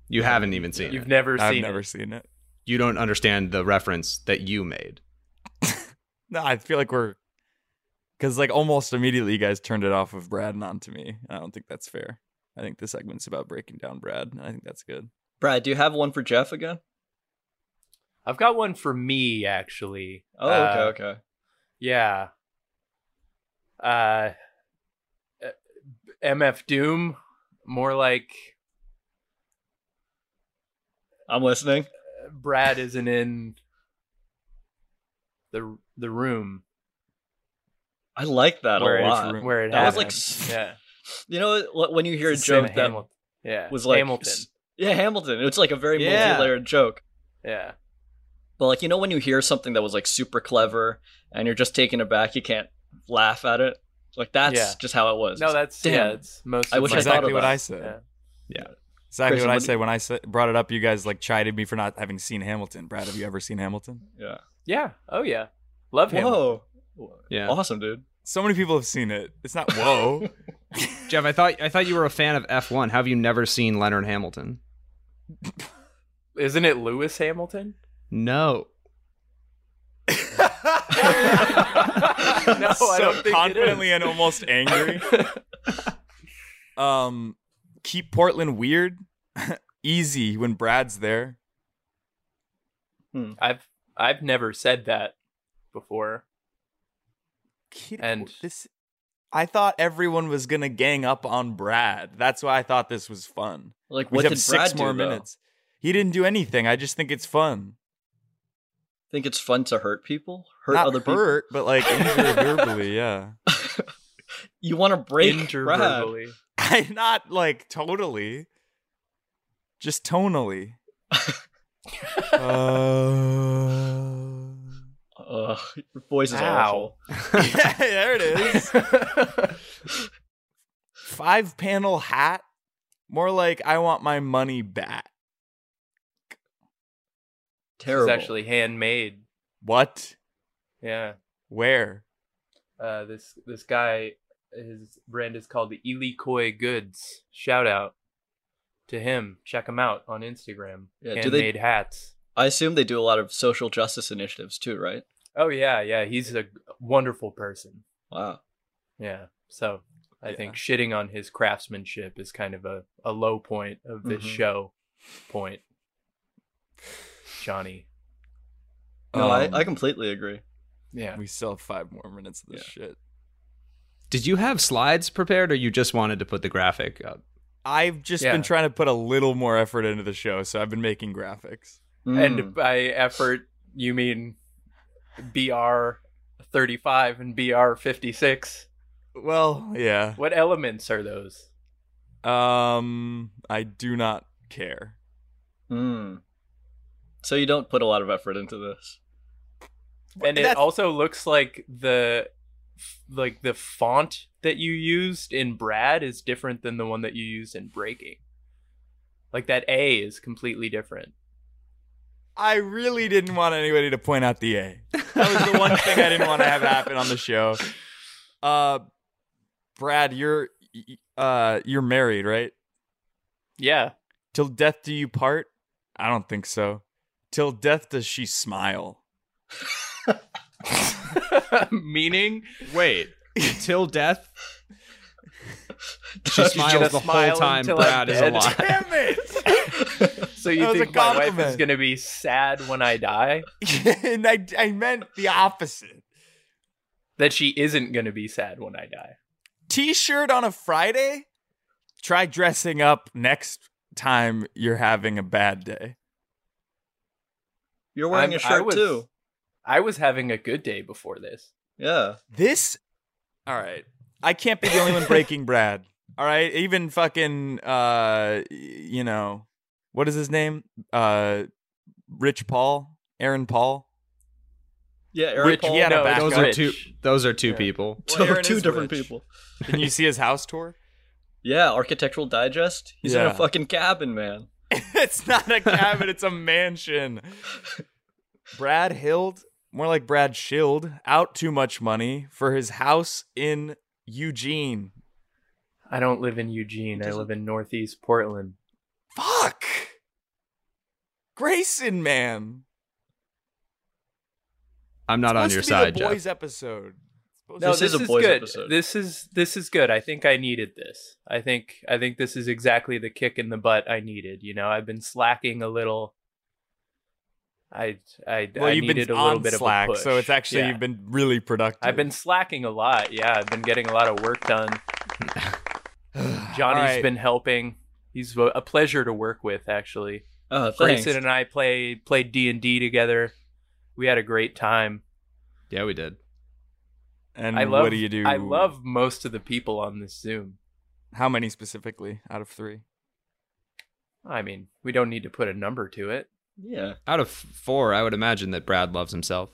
Speaker 8: You haven't even seen
Speaker 4: You've
Speaker 8: it.
Speaker 4: never
Speaker 3: I've
Speaker 4: seen
Speaker 3: never
Speaker 4: it.
Speaker 3: seen it. (laughs)
Speaker 8: you don't understand the reference that you made.
Speaker 3: No, I feel like we're because like almost immediately you guys turned it off of Brad and onto me. I don't think that's fair. I think this segment's about breaking down Brad, and I think that's good.
Speaker 6: Brad, do you have one for Jeff again?
Speaker 4: I've got one for me actually.
Speaker 6: Oh,
Speaker 4: Uh,
Speaker 6: okay, okay.
Speaker 4: Yeah. Uh, uh, MF Doom, more like
Speaker 6: I'm listening.
Speaker 4: Brad isn't in the the room
Speaker 6: I like that
Speaker 4: where
Speaker 6: a
Speaker 4: it's
Speaker 6: lot.
Speaker 4: ru- where it
Speaker 6: that was like, s-
Speaker 4: happens. yeah,
Speaker 6: you know, what- when you hear a
Speaker 4: It's the same
Speaker 6: joke that
Speaker 4: at Hamil- yeah
Speaker 6: was like
Speaker 4: Hamilton.
Speaker 6: s- Yeah, Hamilton. It's like a very
Speaker 8: Yeah.
Speaker 6: multi-layered joke.
Speaker 4: Yeah,
Speaker 6: But like, you know, when you hear something that was like super clever and you're just taken aback, you can't laugh at it. Like that's
Speaker 4: Yeah.
Speaker 6: just how it was.
Speaker 4: no,
Speaker 6: It's like,
Speaker 4: that's yeah,
Speaker 6: damn.
Speaker 4: it's most.
Speaker 6: I
Speaker 4: of
Speaker 6: wish
Speaker 4: my-
Speaker 6: I thought
Speaker 3: exactly what
Speaker 6: about
Speaker 3: I
Speaker 6: it.
Speaker 3: said.
Speaker 4: Yeah.
Speaker 3: Exactly
Speaker 6: Chris,
Speaker 3: what I
Speaker 6: what do-
Speaker 3: said when I said, brought it up. You guys like chided me for not having seen Hamilton. Brad, have you ever seen Hamilton?
Speaker 6: yeah.
Speaker 4: yeah, oh yeah, love him.
Speaker 6: Whoa.
Speaker 8: Yeah.
Speaker 6: Awesome, dude.
Speaker 3: So many people have seen it. It's
Speaker 6: (laughs)
Speaker 3: not whoa.
Speaker 8: Jeff, I thought I thought you were a fan of F1. How have you never seen Leonard Hamilton?
Speaker 4: Isn't it Lewis
Speaker 6: (laughs)
Speaker 4: Hamilton?
Speaker 8: No.
Speaker 4: (laughs) no, I
Speaker 3: so
Speaker 4: don't think
Speaker 3: confidently
Speaker 4: it
Speaker 3: and almost
Speaker 4: (laughs)
Speaker 3: angry. um, keep Portland weird, (laughs) easy when Brad's there.
Speaker 4: is. I've I've never said that before.
Speaker 3: Keep-
Speaker 4: And-
Speaker 3: this, I thought everyone was gonna gang up on Brad. That's why I thought this was fun.
Speaker 6: Like,
Speaker 3: We
Speaker 6: what
Speaker 3: have
Speaker 6: did
Speaker 3: six
Speaker 6: Brad do,
Speaker 3: more
Speaker 6: though?
Speaker 3: minutes. He didn't do anything. I just think it's fun.
Speaker 6: Think it's fun to hurt people, hurt
Speaker 3: Not
Speaker 6: other
Speaker 3: hurt, but
Speaker 6: (laughs)
Speaker 3: like injure verbally. Yeah,
Speaker 6: people. You want to break Brad.
Speaker 4: Interverbally. (laughs)
Speaker 3: I not like totally, just
Speaker 6: (laughs)
Speaker 3: tonally. uh...
Speaker 6: Ugh, your voice is
Speaker 4: Ow.
Speaker 6: awful.
Speaker 3: (laughs) yeah, there it is. Five panel hat. More like I want my money back.
Speaker 4: It's actually handmade.
Speaker 3: What?
Speaker 4: Yeah.
Speaker 3: Where?
Speaker 4: Uh, this this guy, his brand is called Ilikoi Goods. Shout out to him. Check him out on Instagram.
Speaker 6: Yeah, do
Speaker 4: handmade
Speaker 6: they-
Speaker 4: hats.
Speaker 6: I assume they do a lot of social justice initiatives too, right?
Speaker 4: Oh yeah, yeah. He's a wonderful person.
Speaker 6: Wow.
Speaker 4: Yeah. So I think shitting on his craftsmanship is kind of a, a low point of this
Speaker 6: Mhm.
Speaker 4: show. Point. Johnny.
Speaker 6: No, I,
Speaker 3: Um,
Speaker 6: I completely agree.
Speaker 4: Yeah.
Speaker 3: We still have five more minutes of this shit.
Speaker 8: Did you have slides prepared, or you just wanted to put the graphic up?
Speaker 3: I've just
Speaker 4: Yeah.
Speaker 3: been trying to put a little more effort into the show, so I've been making graphics.
Speaker 6: Hmm. Mm.
Speaker 4: And by effort, you mean BR 35 and BR 56.
Speaker 3: Well, yeah.
Speaker 4: What elements are those?
Speaker 3: Um, I do not care.
Speaker 6: Mm. So you don't put a lot of effort into this.
Speaker 4: And it also looks like the like the font that you used in Brad is different than the one that you used in Breaking. Like that A is completely different.
Speaker 3: I really didn't want anybody to point out the A. That was the one thing I didn't want to have happen on the show. Uh, Brad, you're y- uh you're married, right?
Speaker 4: Yeah. (laughs)
Speaker 3: Till death do you part? I don't think so. Till death does she smile.
Speaker 4: Meaning?
Speaker 8: Wait, till death. She
Speaker 4: You
Speaker 8: smiles
Speaker 4: gonna
Speaker 8: the
Speaker 4: smile
Speaker 8: whole time
Speaker 4: until I'm
Speaker 8: Brad is
Speaker 4: dead?
Speaker 8: alive.
Speaker 3: (laughs) Damn it!
Speaker 4: So you
Speaker 3: That was a
Speaker 4: think my wife is
Speaker 3: compliment.
Speaker 4: going to be sad when I die?
Speaker 3: (laughs) and I I meant the opposite.
Speaker 4: That she isn't going to be sad when I die.
Speaker 3: T-shirt on a Friday? Try dressing up next time you're having a bad day.
Speaker 6: You're wearing
Speaker 4: I'm-
Speaker 6: a
Speaker 4: I
Speaker 6: shirt
Speaker 4: was-
Speaker 6: too.
Speaker 4: I was having a good day before this.
Speaker 6: Yeah.
Speaker 3: This All right. I can't be the only (laughs) one breaking Brad. All right? Even fucking uh y- you know, what is his name? Uh Rich Paul, Aaron Paul.
Speaker 6: Yeah, Aaron
Speaker 4: Rich-
Speaker 6: Paul.
Speaker 3: yeah, no, (laughs)
Speaker 4: no,
Speaker 3: back
Speaker 4: it's
Speaker 8: Those
Speaker 3: up.
Speaker 8: are
Speaker 4: Rich.
Speaker 8: two. Those are two people. (laughs)
Speaker 6: Two-
Speaker 3: Well, Aaron
Speaker 6: (laughs) two
Speaker 3: is
Speaker 6: different
Speaker 3: rich.
Speaker 6: people.
Speaker 3: Can (laughs) you see his house tour?
Speaker 6: Yeah, Architectural Digest. He's in
Speaker 3: Yeah.
Speaker 6: a fucking cabin, man.
Speaker 3: (laughs) it's not a cabin, it's a mansion. Brad Hild, more like Brad Shield, out too much money for his house in Eugene.
Speaker 4: I don't live in Eugene. I live in Northeast Portland.
Speaker 3: Fuck! Grayson, man.
Speaker 8: I'm not on
Speaker 3: Supposed
Speaker 8: your
Speaker 3: to be
Speaker 8: side,
Speaker 3: the
Speaker 8: Jeff.
Speaker 3: boys episode. Supposed
Speaker 4: No,
Speaker 6: This
Speaker 4: this,
Speaker 6: is
Speaker 4: is,
Speaker 6: a boys
Speaker 4: good.
Speaker 6: episode.
Speaker 4: This is this is good. I think I needed this. I think I think this is exactly the kick in the butt I needed. You know, I've been slacking a little. I I
Speaker 3: well,
Speaker 4: I
Speaker 3: you've
Speaker 4: needed
Speaker 3: been
Speaker 4: a little
Speaker 3: on
Speaker 4: bit
Speaker 3: Slack,
Speaker 4: of a push.
Speaker 3: so it's actually
Speaker 4: Yeah.
Speaker 3: you've been really productive.
Speaker 4: I've been slacking a lot. Yeah, I've been getting a lot of work done.
Speaker 3: (sighs)
Speaker 4: Johnny's
Speaker 3: All right.
Speaker 4: been helping. He's a a pleasure to work with, actually.
Speaker 6: Oh, thanks.
Speaker 4: Grayson and I play played D and D together. We had a great time.
Speaker 8: Yeah, we did.
Speaker 3: And
Speaker 4: I love.
Speaker 3: what do you do?
Speaker 4: I love most of the people on this Zoom.
Speaker 3: how many specifically out of three?
Speaker 4: I mean, we don't need to put a number to it.
Speaker 6: Yeah.
Speaker 8: Out of four, I would imagine that Brad loves himself.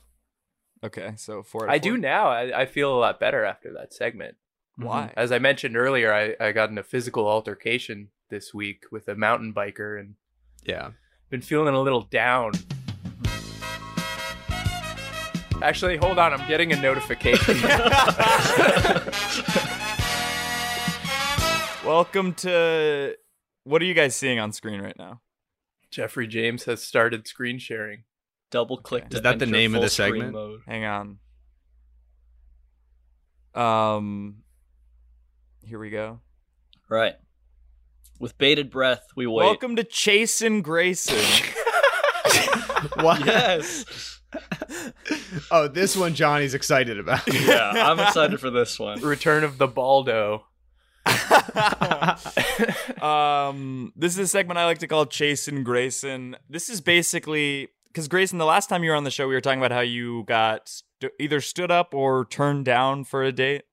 Speaker 3: Okay, so four. out of
Speaker 4: I do
Speaker 3: four.
Speaker 4: now. I, I feel a lot better after that segment.
Speaker 3: Why?
Speaker 4: As I mentioned earlier, I, I got in a physical altercation this week with a mountain biker and
Speaker 8: Yeah.
Speaker 4: been feeling a little down. Actually, hold on. I'm getting
Speaker 3: (laughs)
Speaker 4: a notification.
Speaker 3: Welcome to. What are you guys seeing on screen right now?
Speaker 4: Jeffrey James has started screen sharing.
Speaker 6: Double click.
Speaker 8: Is that the name of the segment?
Speaker 3: Hang on. Um, here we go.
Speaker 6: Right. With bated breath, we wait. (laughs)
Speaker 3: Welcome to Chase and Grayson.
Speaker 8: What?
Speaker 6: (laughs) Yes.
Speaker 8: Oh, this one Johnny's excited (laughs) about.
Speaker 6: yeah,
Speaker 3: (laughs)
Speaker 6: I'm excited for this one.
Speaker 4: Return of the Baldo.
Speaker 3: um, this is a segment I like to call Chase and Grayson. This is basically because Grayson, the last time you were on the show, we were talking about how you got st- either stood up or turned down for a date.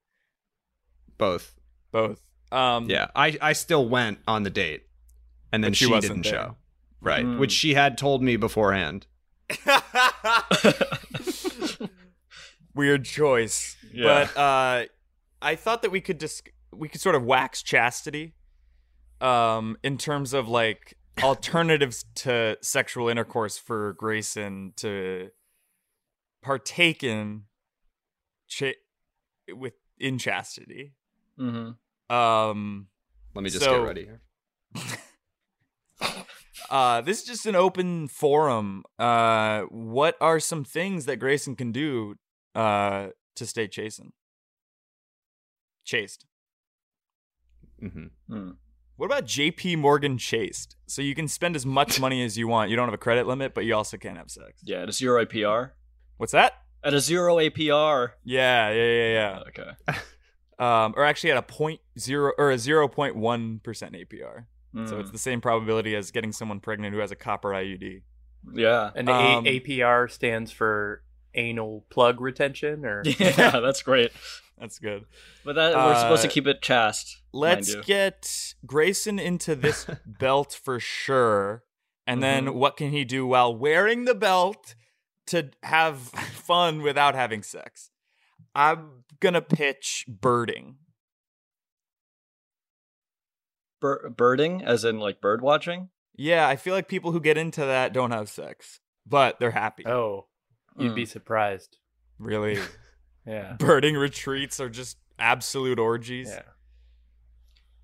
Speaker 8: Both.
Speaker 3: Both. Um,
Speaker 8: Yeah, I, I still went on the date, and then
Speaker 3: But
Speaker 8: she,
Speaker 3: she wasn't
Speaker 8: didn't
Speaker 3: there.
Speaker 8: show. Right,
Speaker 6: Mm.
Speaker 8: which she had told me beforehand.
Speaker 3: (laughs) Weird choice.
Speaker 6: Yeah.
Speaker 3: But uh, I thought that we could just we could sort of wax chastity um in terms of like alternatives to sexual intercourse for Grayson to partake in cha- with in chastity.
Speaker 6: Mm-hmm.
Speaker 3: Um,
Speaker 8: Let me just
Speaker 3: so-
Speaker 8: get ready here.
Speaker 3: uh, this is just an open forum. Uh, what are some things that Grayson can do uh, to stay chastened? Chased.
Speaker 8: Mm-hmm.
Speaker 6: Mm.
Speaker 3: What about JP Morgan Chased? So you can spend as much money as you want. You don't have a credit limit, but you also can't have sex.
Speaker 6: Yeah, at a zero APR.
Speaker 3: What's that?
Speaker 6: At a zero APR.
Speaker 3: Yeah, yeah, yeah, yeah.
Speaker 6: Okay.
Speaker 3: (laughs) Um, or actually at a point zero or a zero point one percent APR. So
Speaker 4: Mm.
Speaker 6: Hmm.
Speaker 3: it's the same probability as getting someone pregnant who has a copper IUD. (laughs)
Speaker 6: Yeah. (laughs)
Speaker 4: And
Speaker 3: Um,
Speaker 4: a- APR stands for anal plug retention, or
Speaker 6: Yeah, that's great.
Speaker 3: That's good.
Speaker 6: But that we're supposed to
Speaker 3: Uh,
Speaker 6: keep it chaste. mind
Speaker 3: Let's
Speaker 6: you.
Speaker 3: get Grayson into
Speaker 6: (laughs)
Speaker 3: this belt for sure. And then
Speaker 6: Mm-hmm.
Speaker 3: what can he do while wearing the belt to have (laughs) fun without having sex? I'm going to pitch birding.
Speaker 6: Bir- birding, as in like bird watching.
Speaker 3: Yeah, I feel like people who get into that don't have sex, but they're happy.
Speaker 4: Oh, you'd
Speaker 3: Mm.
Speaker 4: be surprised.
Speaker 6: (laughs)
Speaker 3: Really?
Speaker 4: Yeah.
Speaker 3: birding retreats are just absolute orgies. Uh,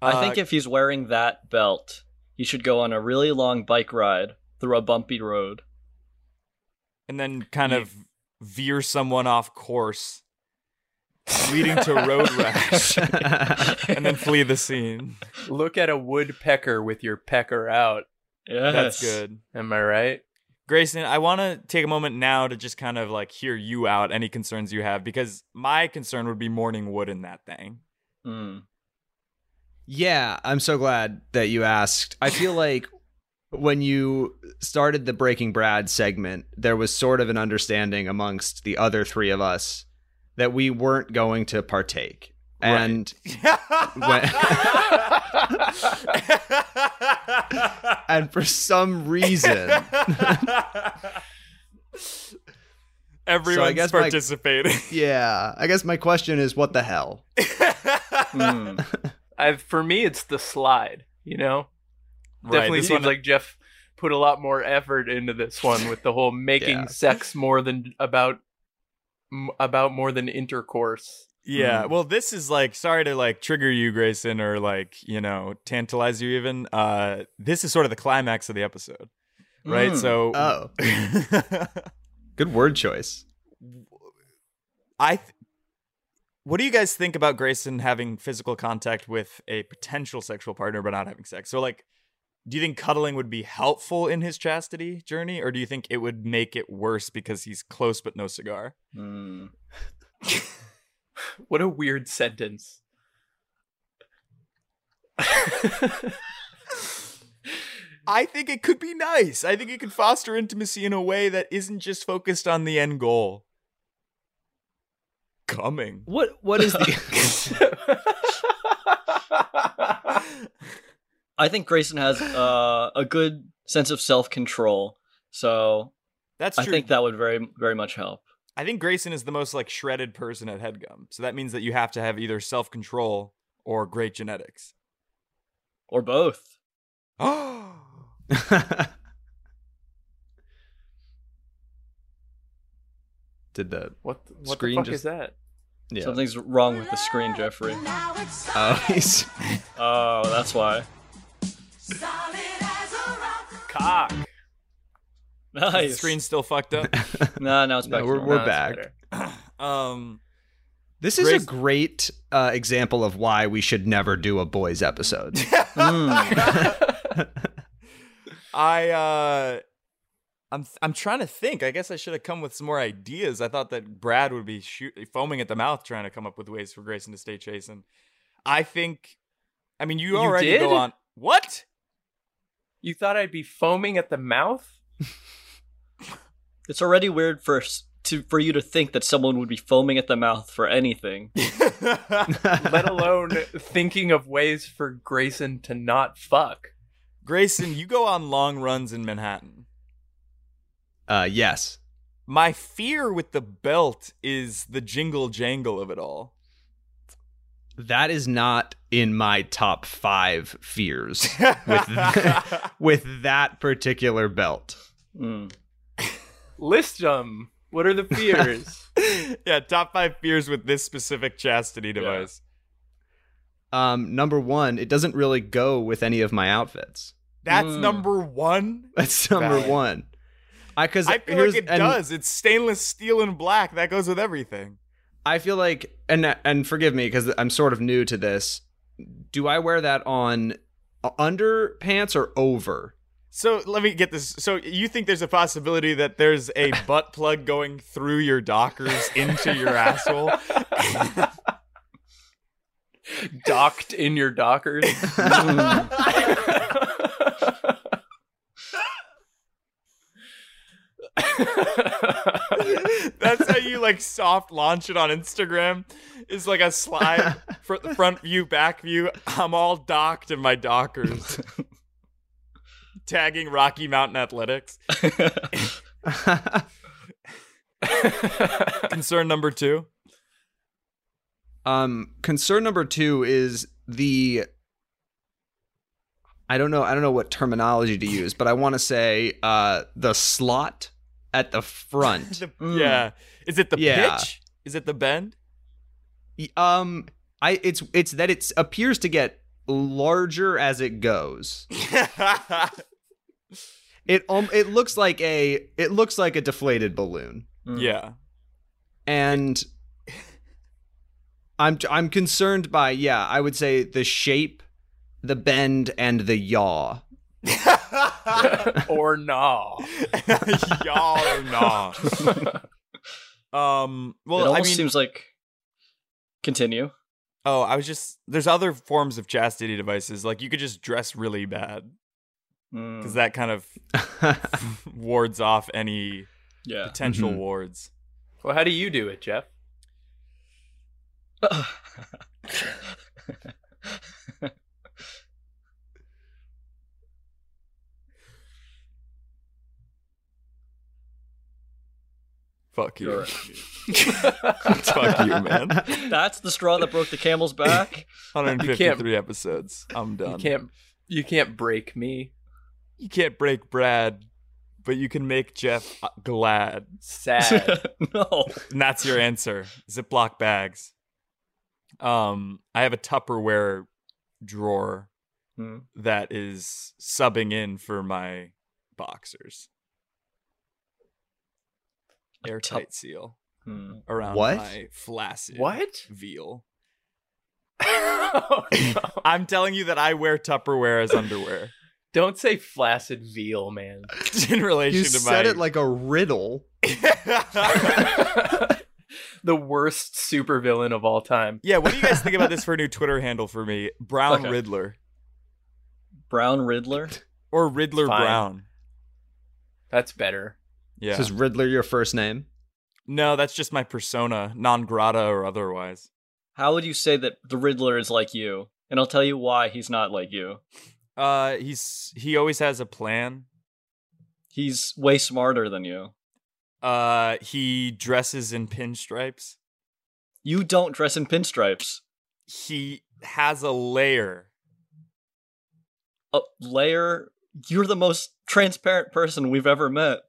Speaker 4: Yeah.
Speaker 6: I think if he's wearing that belt, he should go on a really long bike ride through a bumpy road.
Speaker 3: and then kind of veer someone off course, leading to
Speaker 6: (laughs)
Speaker 3: road rash,
Speaker 8: Mm-hmm.
Speaker 3: and then flee the scene.
Speaker 4: (laughs) Look at a woodpecker with your pecker out.
Speaker 3: That's good.
Speaker 4: Am I right?
Speaker 3: Grayson, I want to take a moment now to just kind of like hear you out, any concerns you have, because my concern would be morning wood in that thing.
Speaker 6: Hmm.
Speaker 3: (laughs)
Speaker 8: Yeah, I'm so glad that you asked. I feel like when you started the Breaking Brad segment, there was sort of an understanding amongst the other three of us that we weren't going to partake.
Speaker 3: (laughs)
Speaker 8: And when- and for some reason,
Speaker 3: (laughs) Everyone's
Speaker 8: guess my-
Speaker 3: participating. (laughs)
Speaker 8: yeah, I guess my question is what the hell? Hmm.
Speaker 6: Hmm.
Speaker 4: I for me it's the slide, you know?
Speaker 3: Right,
Speaker 4: Definitely
Speaker 3: this
Speaker 4: seems
Speaker 3: one-
Speaker 4: like Jeff put a lot more effort into this one with the whole making
Speaker 3: Yeah.
Speaker 4: sex more than about m- about more than intercourse.
Speaker 3: Yeah.
Speaker 4: Mm.
Speaker 3: Well, this is like sorry to like trigger you, Grayson, or like you know tantalize you even. Uh, this is sort of the climax of the episode, right?
Speaker 8: Mm.
Speaker 3: So,
Speaker 8: (laughs) Oh. Good word choice. (laughs)
Speaker 3: I. Th- what do you guys think about Grayson having physical contact with a potential sexual partner but not having sex? So, like, do you think cuddling would be helpful in his chastity journey, or do you think it would make it worse because he's close but no cigar?
Speaker 6: Hmm.
Speaker 4: What a weird sentence. (laughs)
Speaker 3: I think it could be nice. I think it could foster intimacy in a way that isn't just focused on the end goal. Coming.
Speaker 8: What what is the
Speaker 6: I think Grayson has uh, a good sense of self control, so
Speaker 3: That's
Speaker 6: I
Speaker 3: true.
Speaker 6: think that would very very much help.
Speaker 3: I think Grayson is the most like shredded person at Headgum. So that means that you have to have either self-control or great genetics. (gasps)
Speaker 6: Or both.
Speaker 3: Oh.
Speaker 8: Did the
Speaker 4: (laughs) What th- what the
Speaker 8: screen
Speaker 4: fuck
Speaker 8: just
Speaker 4: is that?
Speaker 8: Yeah.
Speaker 6: Something's wrong with the screen, Jeffrey.
Speaker 8: Oh, (laughs) he's
Speaker 6: Oh, that's why.
Speaker 4: Cock.
Speaker 3: Is the
Speaker 6: (laughs)
Speaker 3: screen still fucked up.
Speaker 6: No, now it's
Speaker 8: No,
Speaker 6: back. to
Speaker 8: we're-
Speaker 6: normal.
Speaker 8: we're
Speaker 6: No, it's
Speaker 8: back.
Speaker 6: better.
Speaker 3: um
Speaker 8: This is
Speaker 3: Grace-
Speaker 8: a great uh, example of why we should never do a boys episode.
Speaker 3: (laughs)
Speaker 8: (laughs)
Speaker 4: Hmm. (laughs)
Speaker 3: I uh I'm I'm trying to think. I guess I should have come with some more ideas. I thought that Brad would be shoot, foaming at the mouth trying to come up with ways for Grayson to stay chasing. I think I mean you,
Speaker 4: You
Speaker 3: already
Speaker 4: did?
Speaker 3: go on. What? (laughs)
Speaker 4: You thought I'd be foaming at the mouth?
Speaker 6: It's already weird for s- to for you to think that someone would be foaming at the mouth for
Speaker 8: (laughs)
Speaker 6: anything.
Speaker 8: Uh,
Speaker 4: let alone thinking of ways for Grayson to not fuck.
Speaker 3: Grayson, you go on long runs in Manhattan.
Speaker 8: Uh, yes.
Speaker 3: My fear with the belt is the jingle jangle of it all.
Speaker 8: that is not in my top five fears
Speaker 3: (laughs)
Speaker 8: with, (laughs) with that particular belt.
Speaker 6: (laughs) Mm.
Speaker 4: List them. What are the fears?
Speaker 3: yeah, top five fears with this specific chastity device.
Speaker 8: Um, number one, it doesn't really go with any of my outfits. (laughs)
Speaker 3: That's number one.
Speaker 8: That's number
Speaker 3: Valid.
Speaker 8: one. I because
Speaker 3: I feel like it does. It's stainless steel and black. That goes with everything.
Speaker 8: I feel like, and and forgive me because I'm sort of new to this. Do I wear that on underpants or over? (laughs)
Speaker 3: So let me get this. So you think there's a possibility that there's a butt plug going through your dockers into your asshole?
Speaker 4: Docked in your dockers.
Speaker 3: (laughs) That's how you like soft launch it on Instagram. Is like a slide fr- front view, back view. I'm all docked in my dockers. Tagging Rocky Mountain Athletics. Concern number two.
Speaker 8: Um, concern number two is the. I don't know. I don't know what terminology to use, but I want to say uh, the slot at the front.
Speaker 3: (laughs) The- Yeah. Is it the
Speaker 8: Yeah.
Speaker 3: pitch? Is it the bend?
Speaker 8: Y- Um, I it's it's that it appears to get larger as it goes. It um it looks like a it looks like a deflated balloon,
Speaker 3: Yeah.
Speaker 8: and I'm I'm concerned by yeah I would say the shape, the bend, and the yaw. (laughs)
Speaker 4: or nah.
Speaker 3: (laughs) Y'all or nah. Um.
Speaker 6: it
Speaker 3: Well, I
Speaker 6: almost
Speaker 3: mean,
Speaker 6: seems like continue.
Speaker 3: oh, I was just. There's other forms of chastity devices. Like you could just dress really bad
Speaker 6: Hmm. Mm.
Speaker 3: because that kind
Speaker 4: (laughs)
Speaker 3: of wards off any
Speaker 6: Yeah.
Speaker 3: potential
Speaker 4: Mm-hmm.
Speaker 8: Mhm.
Speaker 3: wards.
Speaker 4: Well, how do you do it, Jeff?
Speaker 3: Fuck you.
Speaker 6: You're
Speaker 3: (laughs) Fuck you,
Speaker 4: (laughs)
Speaker 3: man.
Speaker 6: That's the straw that broke the (laughs) camel's back.
Speaker 4: You can't-
Speaker 3: 153 episodes. I'm done.
Speaker 4: You can't. You can't break me.
Speaker 3: You can't break Brad, but you can make Jeff uh, glad.
Speaker 6: (laughs)
Speaker 4: Sad.
Speaker 6: no.
Speaker 3: And that's your answer. Ziploc bags. Um, I have a Tupperware drawer
Speaker 6: Hmm.
Speaker 3: that is subbing in for my boxers. Airtight seal
Speaker 4: (laughs)
Speaker 6: Hmm.
Speaker 3: around
Speaker 8: What?
Speaker 3: my flaccid
Speaker 4: What?
Speaker 3: veal. I'm telling you that I wear Tupperware as underwear (laughs)
Speaker 4: Don't say flaccid veal, man.
Speaker 3: in relation
Speaker 8: You
Speaker 3: to
Speaker 8: said
Speaker 3: my
Speaker 8: it like a riddle.
Speaker 4: The worst supervillain of all time.
Speaker 3: (laughs) Yeah, what do you guys think about this for a new Twitter handle for me? Brown
Speaker 6: Okay.
Speaker 3: Riddler
Speaker 6: Brown Riddler.
Speaker 3: or Riddler
Speaker 4: Fine.
Speaker 3: Brown.
Speaker 4: That's better.
Speaker 3: Yeah.
Speaker 8: Is Riddler your first name?
Speaker 3: No, that's just my persona, non grata or otherwise.
Speaker 6: How would you say that the Riddler is like you? And I'll tell you why he's not like you.
Speaker 3: Uh he's he always has a plan.
Speaker 6: He's way smarter than you.
Speaker 3: Uh he dresses in pinstripes.
Speaker 6: You don't dress in pinstripes.
Speaker 3: He has a layer.
Speaker 6: A layer. Uh, You're the most transparent person we've ever met.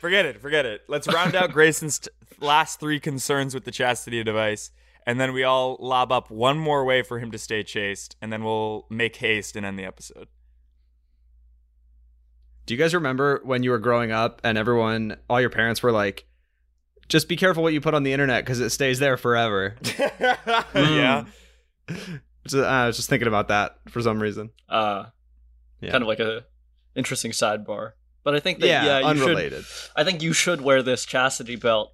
Speaker 3: Forget it, forget it. Let's round out Grayson's t- last three concerns with the chastity device, and then we all lob up one more way for him to stay chaste, and then we'll make haste and end the episode.
Speaker 8: Do you guys remember when you were growing up and everyone, all your parents were like, just be careful what you put on the internet because it stays there forever?
Speaker 3: Yeah.
Speaker 4: Hmm.
Speaker 8: So, uh, I was just thinking about that for some reason.
Speaker 6: Uh,
Speaker 8: Yeah.
Speaker 6: Kind of like a interesting sidebar. But I think that
Speaker 8: yeah,
Speaker 6: yeah, you should-
Speaker 8: unrelated.
Speaker 6: I think you should wear this chastity belt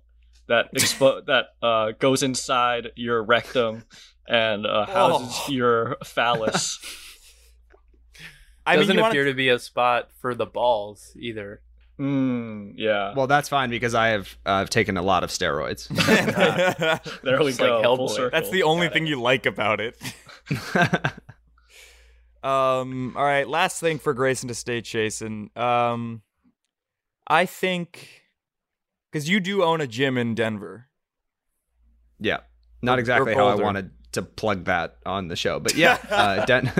Speaker 6: that
Speaker 3: (laughs)
Speaker 6: expo- that uh, goes inside your rectum and uh, houses
Speaker 3: Oh. (laughs)
Speaker 6: your phallus.
Speaker 3: I mean,
Speaker 4: Doesn't
Speaker 3: you wanna- (laughs)
Speaker 4: appear to be a spot for the balls either.
Speaker 6: Mm, yeah.
Speaker 8: Well, that's fine because I have uh, I've taken a lot of steroids. (laughs)
Speaker 6: there we
Speaker 4: It's like
Speaker 6: go. full
Speaker 4: Hellboy.
Speaker 6: circle.
Speaker 3: That's the only thing you like about it. um, all right, last thing for Grayson to stay chasing. Um, I think because you do own a gym in Denver.
Speaker 8: Yeah. Not
Speaker 3: Or- or
Speaker 8: exactly how I
Speaker 3: Boulder.
Speaker 8: wanted to plug that on the show, but yeah, uh, Den-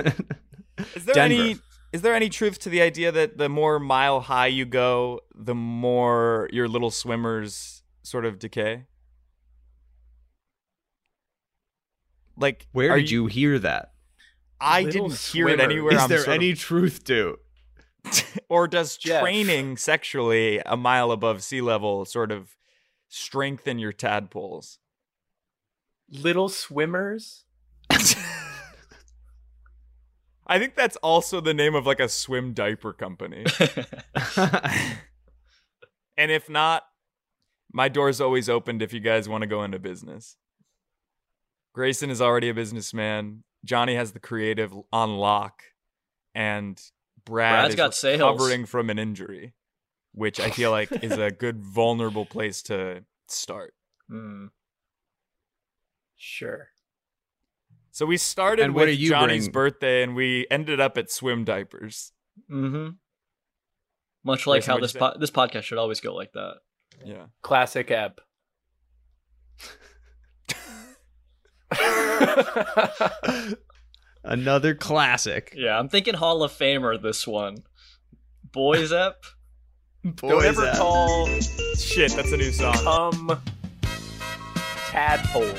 Speaker 3: Is there
Speaker 8: Denver.
Speaker 3: any is there any truth to the idea that the more mile high you go, the more your little swimmers sort of decay? Like
Speaker 8: (laughs) where
Speaker 3: are
Speaker 8: did you, hear that?
Speaker 3: I
Speaker 4: Little
Speaker 3: didn't hear it
Speaker 4: swimmer.
Speaker 3: anywhere.
Speaker 8: Is
Speaker 3: I'm
Speaker 8: there
Speaker 3: sort of-
Speaker 8: any truth to?
Speaker 3: (laughs)
Speaker 8: (laughs)
Speaker 3: or does
Speaker 4: Jeff.
Speaker 3: training sexually a mile above sea level sort of strengthen your tadpoles?
Speaker 4: Little swimmers.
Speaker 3: I think that's also the name of like a swim diaper company.
Speaker 6: (laughs)
Speaker 3: and if not, my door's always opened if you guys want to go into business. Grayson is already a businessman. Johnny has the creative on lock, and Brad
Speaker 6: Brad's
Speaker 3: is
Speaker 6: got sales.
Speaker 3: recovering from an injury, which I feel like is
Speaker 8: (laughs)
Speaker 3: a good vulnerable place to start.
Speaker 4: Hmm. Sure.
Speaker 3: So we started
Speaker 8: And what
Speaker 3: with
Speaker 8: do you
Speaker 3: Johnny's
Speaker 8: bring?
Speaker 3: birthday, and we ended up at swim diapers.
Speaker 6: Mm-hmm. Much like
Speaker 3: Grayson,
Speaker 6: how
Speaker 3: what'd
Speaker 6: this
Speaker 3: you
Speaker 6: po- this podcast should always go like that.
Speaker 3: Yeah.
Speaker 4: Classic app.
Speaker 8: Another classic.
Speaker 6: Yeah, I'm thinking Hall of Famer this one. Boys up.
Speaker 4: Don't
Speaker 8: Boys
Speaker 4: ever
Speaker 8: out.
Speaker 4: call
Speaker 3: Shit, that's a new song.
Speaker 4: cum tadpoles.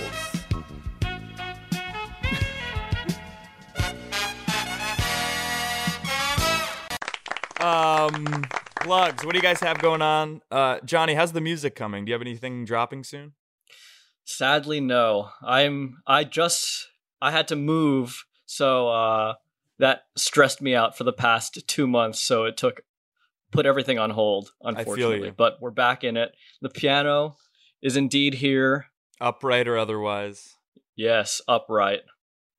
Speaker 3: Um, plugs. What do you guys have going on? Uh, Johnny, how's the music coming? Do you have anything dropping soon?
Speaker 6: Sadly, no. I'm. I just. I had to move, so uh, that stressed me out for the past two months. So it took, put everything on hold.
Speaker 3: feel
Speaker 6: Unfortunately,
Speaker 3: you.
Speaker 6: but we're back in it. The piano is indeed here.
Speaker 3: Upright or otherwise?
Speaker 6: Yes, upright.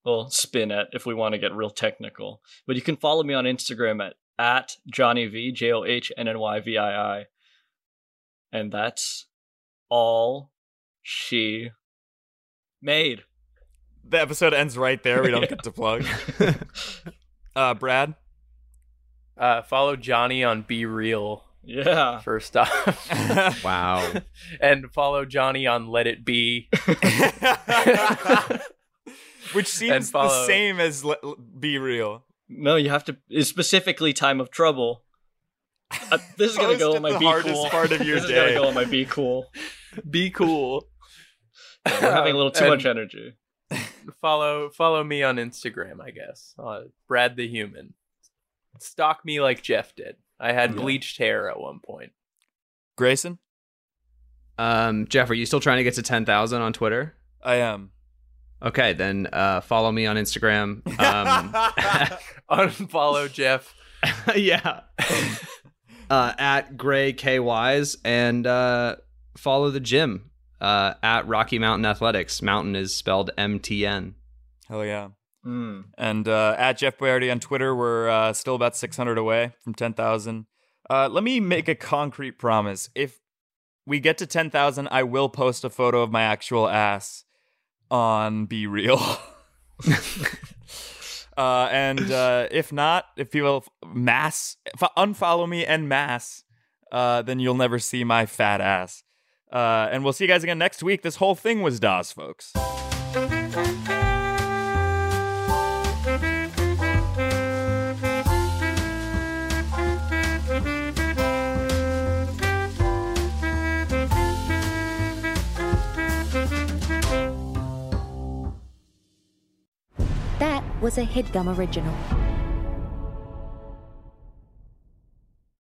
Speaker 6: Well, spin it if we want to get real technical. But you can follow me on Instagram at, at Johnny V, J O H N N Y V I I. And that's all she made.
Speaker 3: The episode ends right there. We don't get to plug. Uh, Brad,
Speaker 4: Uh, follow Johnny on Be Real.
Speaker 6: Yeah.
Speaker 4: First off, (laughs)
Speaker 8: wow.
Speaker 4: and follow Johnny on Let It Be. (laughs)
Speaker 3: which seems the
Speaker 4: follow-
Speaker 3: same as le- be real.
Speaker 6: No, you have to, it's specifically Time of Trouble. Uh, this is going to go
Speaker 3: Posted
Speaker 6: on my
Speaker 3: the
Speaker 6: Be
Speaker 3: hardest
Speaker 6: Cool.
Speaker 3: part of your
Speaker 6: this is going
Speaker 3: day.
Speaker 6: to go on my Be Cool.
Speaker 4: Be cool.
Speaker 6: Yeah, We're having a little too
Speaker 4: And
Speaker 6: much energy.
Speaker 4: Follow follow me on Instagram, I guess. Uh, Brad the Human. Stalk me like Jeff did. I had bleached hair at one point. (laughs)
Speaker 3: Grayson,
Speaker 8: Um, Jeff, are you still trying to get to ten thousand on Twitter?
Speaker 3: I am.
Speaker 8: Okay, then uh, follow me on Instagram. Um,
Speaker 4: Unfollow Jeff.
Speaker 8: (laughs) yeah. (laughs) uh, at Gray KYs and uh, follow the gym uh, at Rocky Mountain Athletics. Mountain is spelled M T N.
Speaker 3: (laughs) Hell yeah.
Speaker 6: Mm.
Speaker 3: And uh, at Jeff Boyardi on Twitter, we're uh, still about 600 away from 10,000. Uh, let me make a concrete promise. If we get to 10,000, I will post a photo of my actual ass on Be Real. (laughs) uh, and uh, if not, if people mass if unfollow me and mass, uh, then you'll never see my fat ass. Uh, and we'll see you guys again next week. This whole thing was DOS, folks.
Speaker 11: That was a headgum original.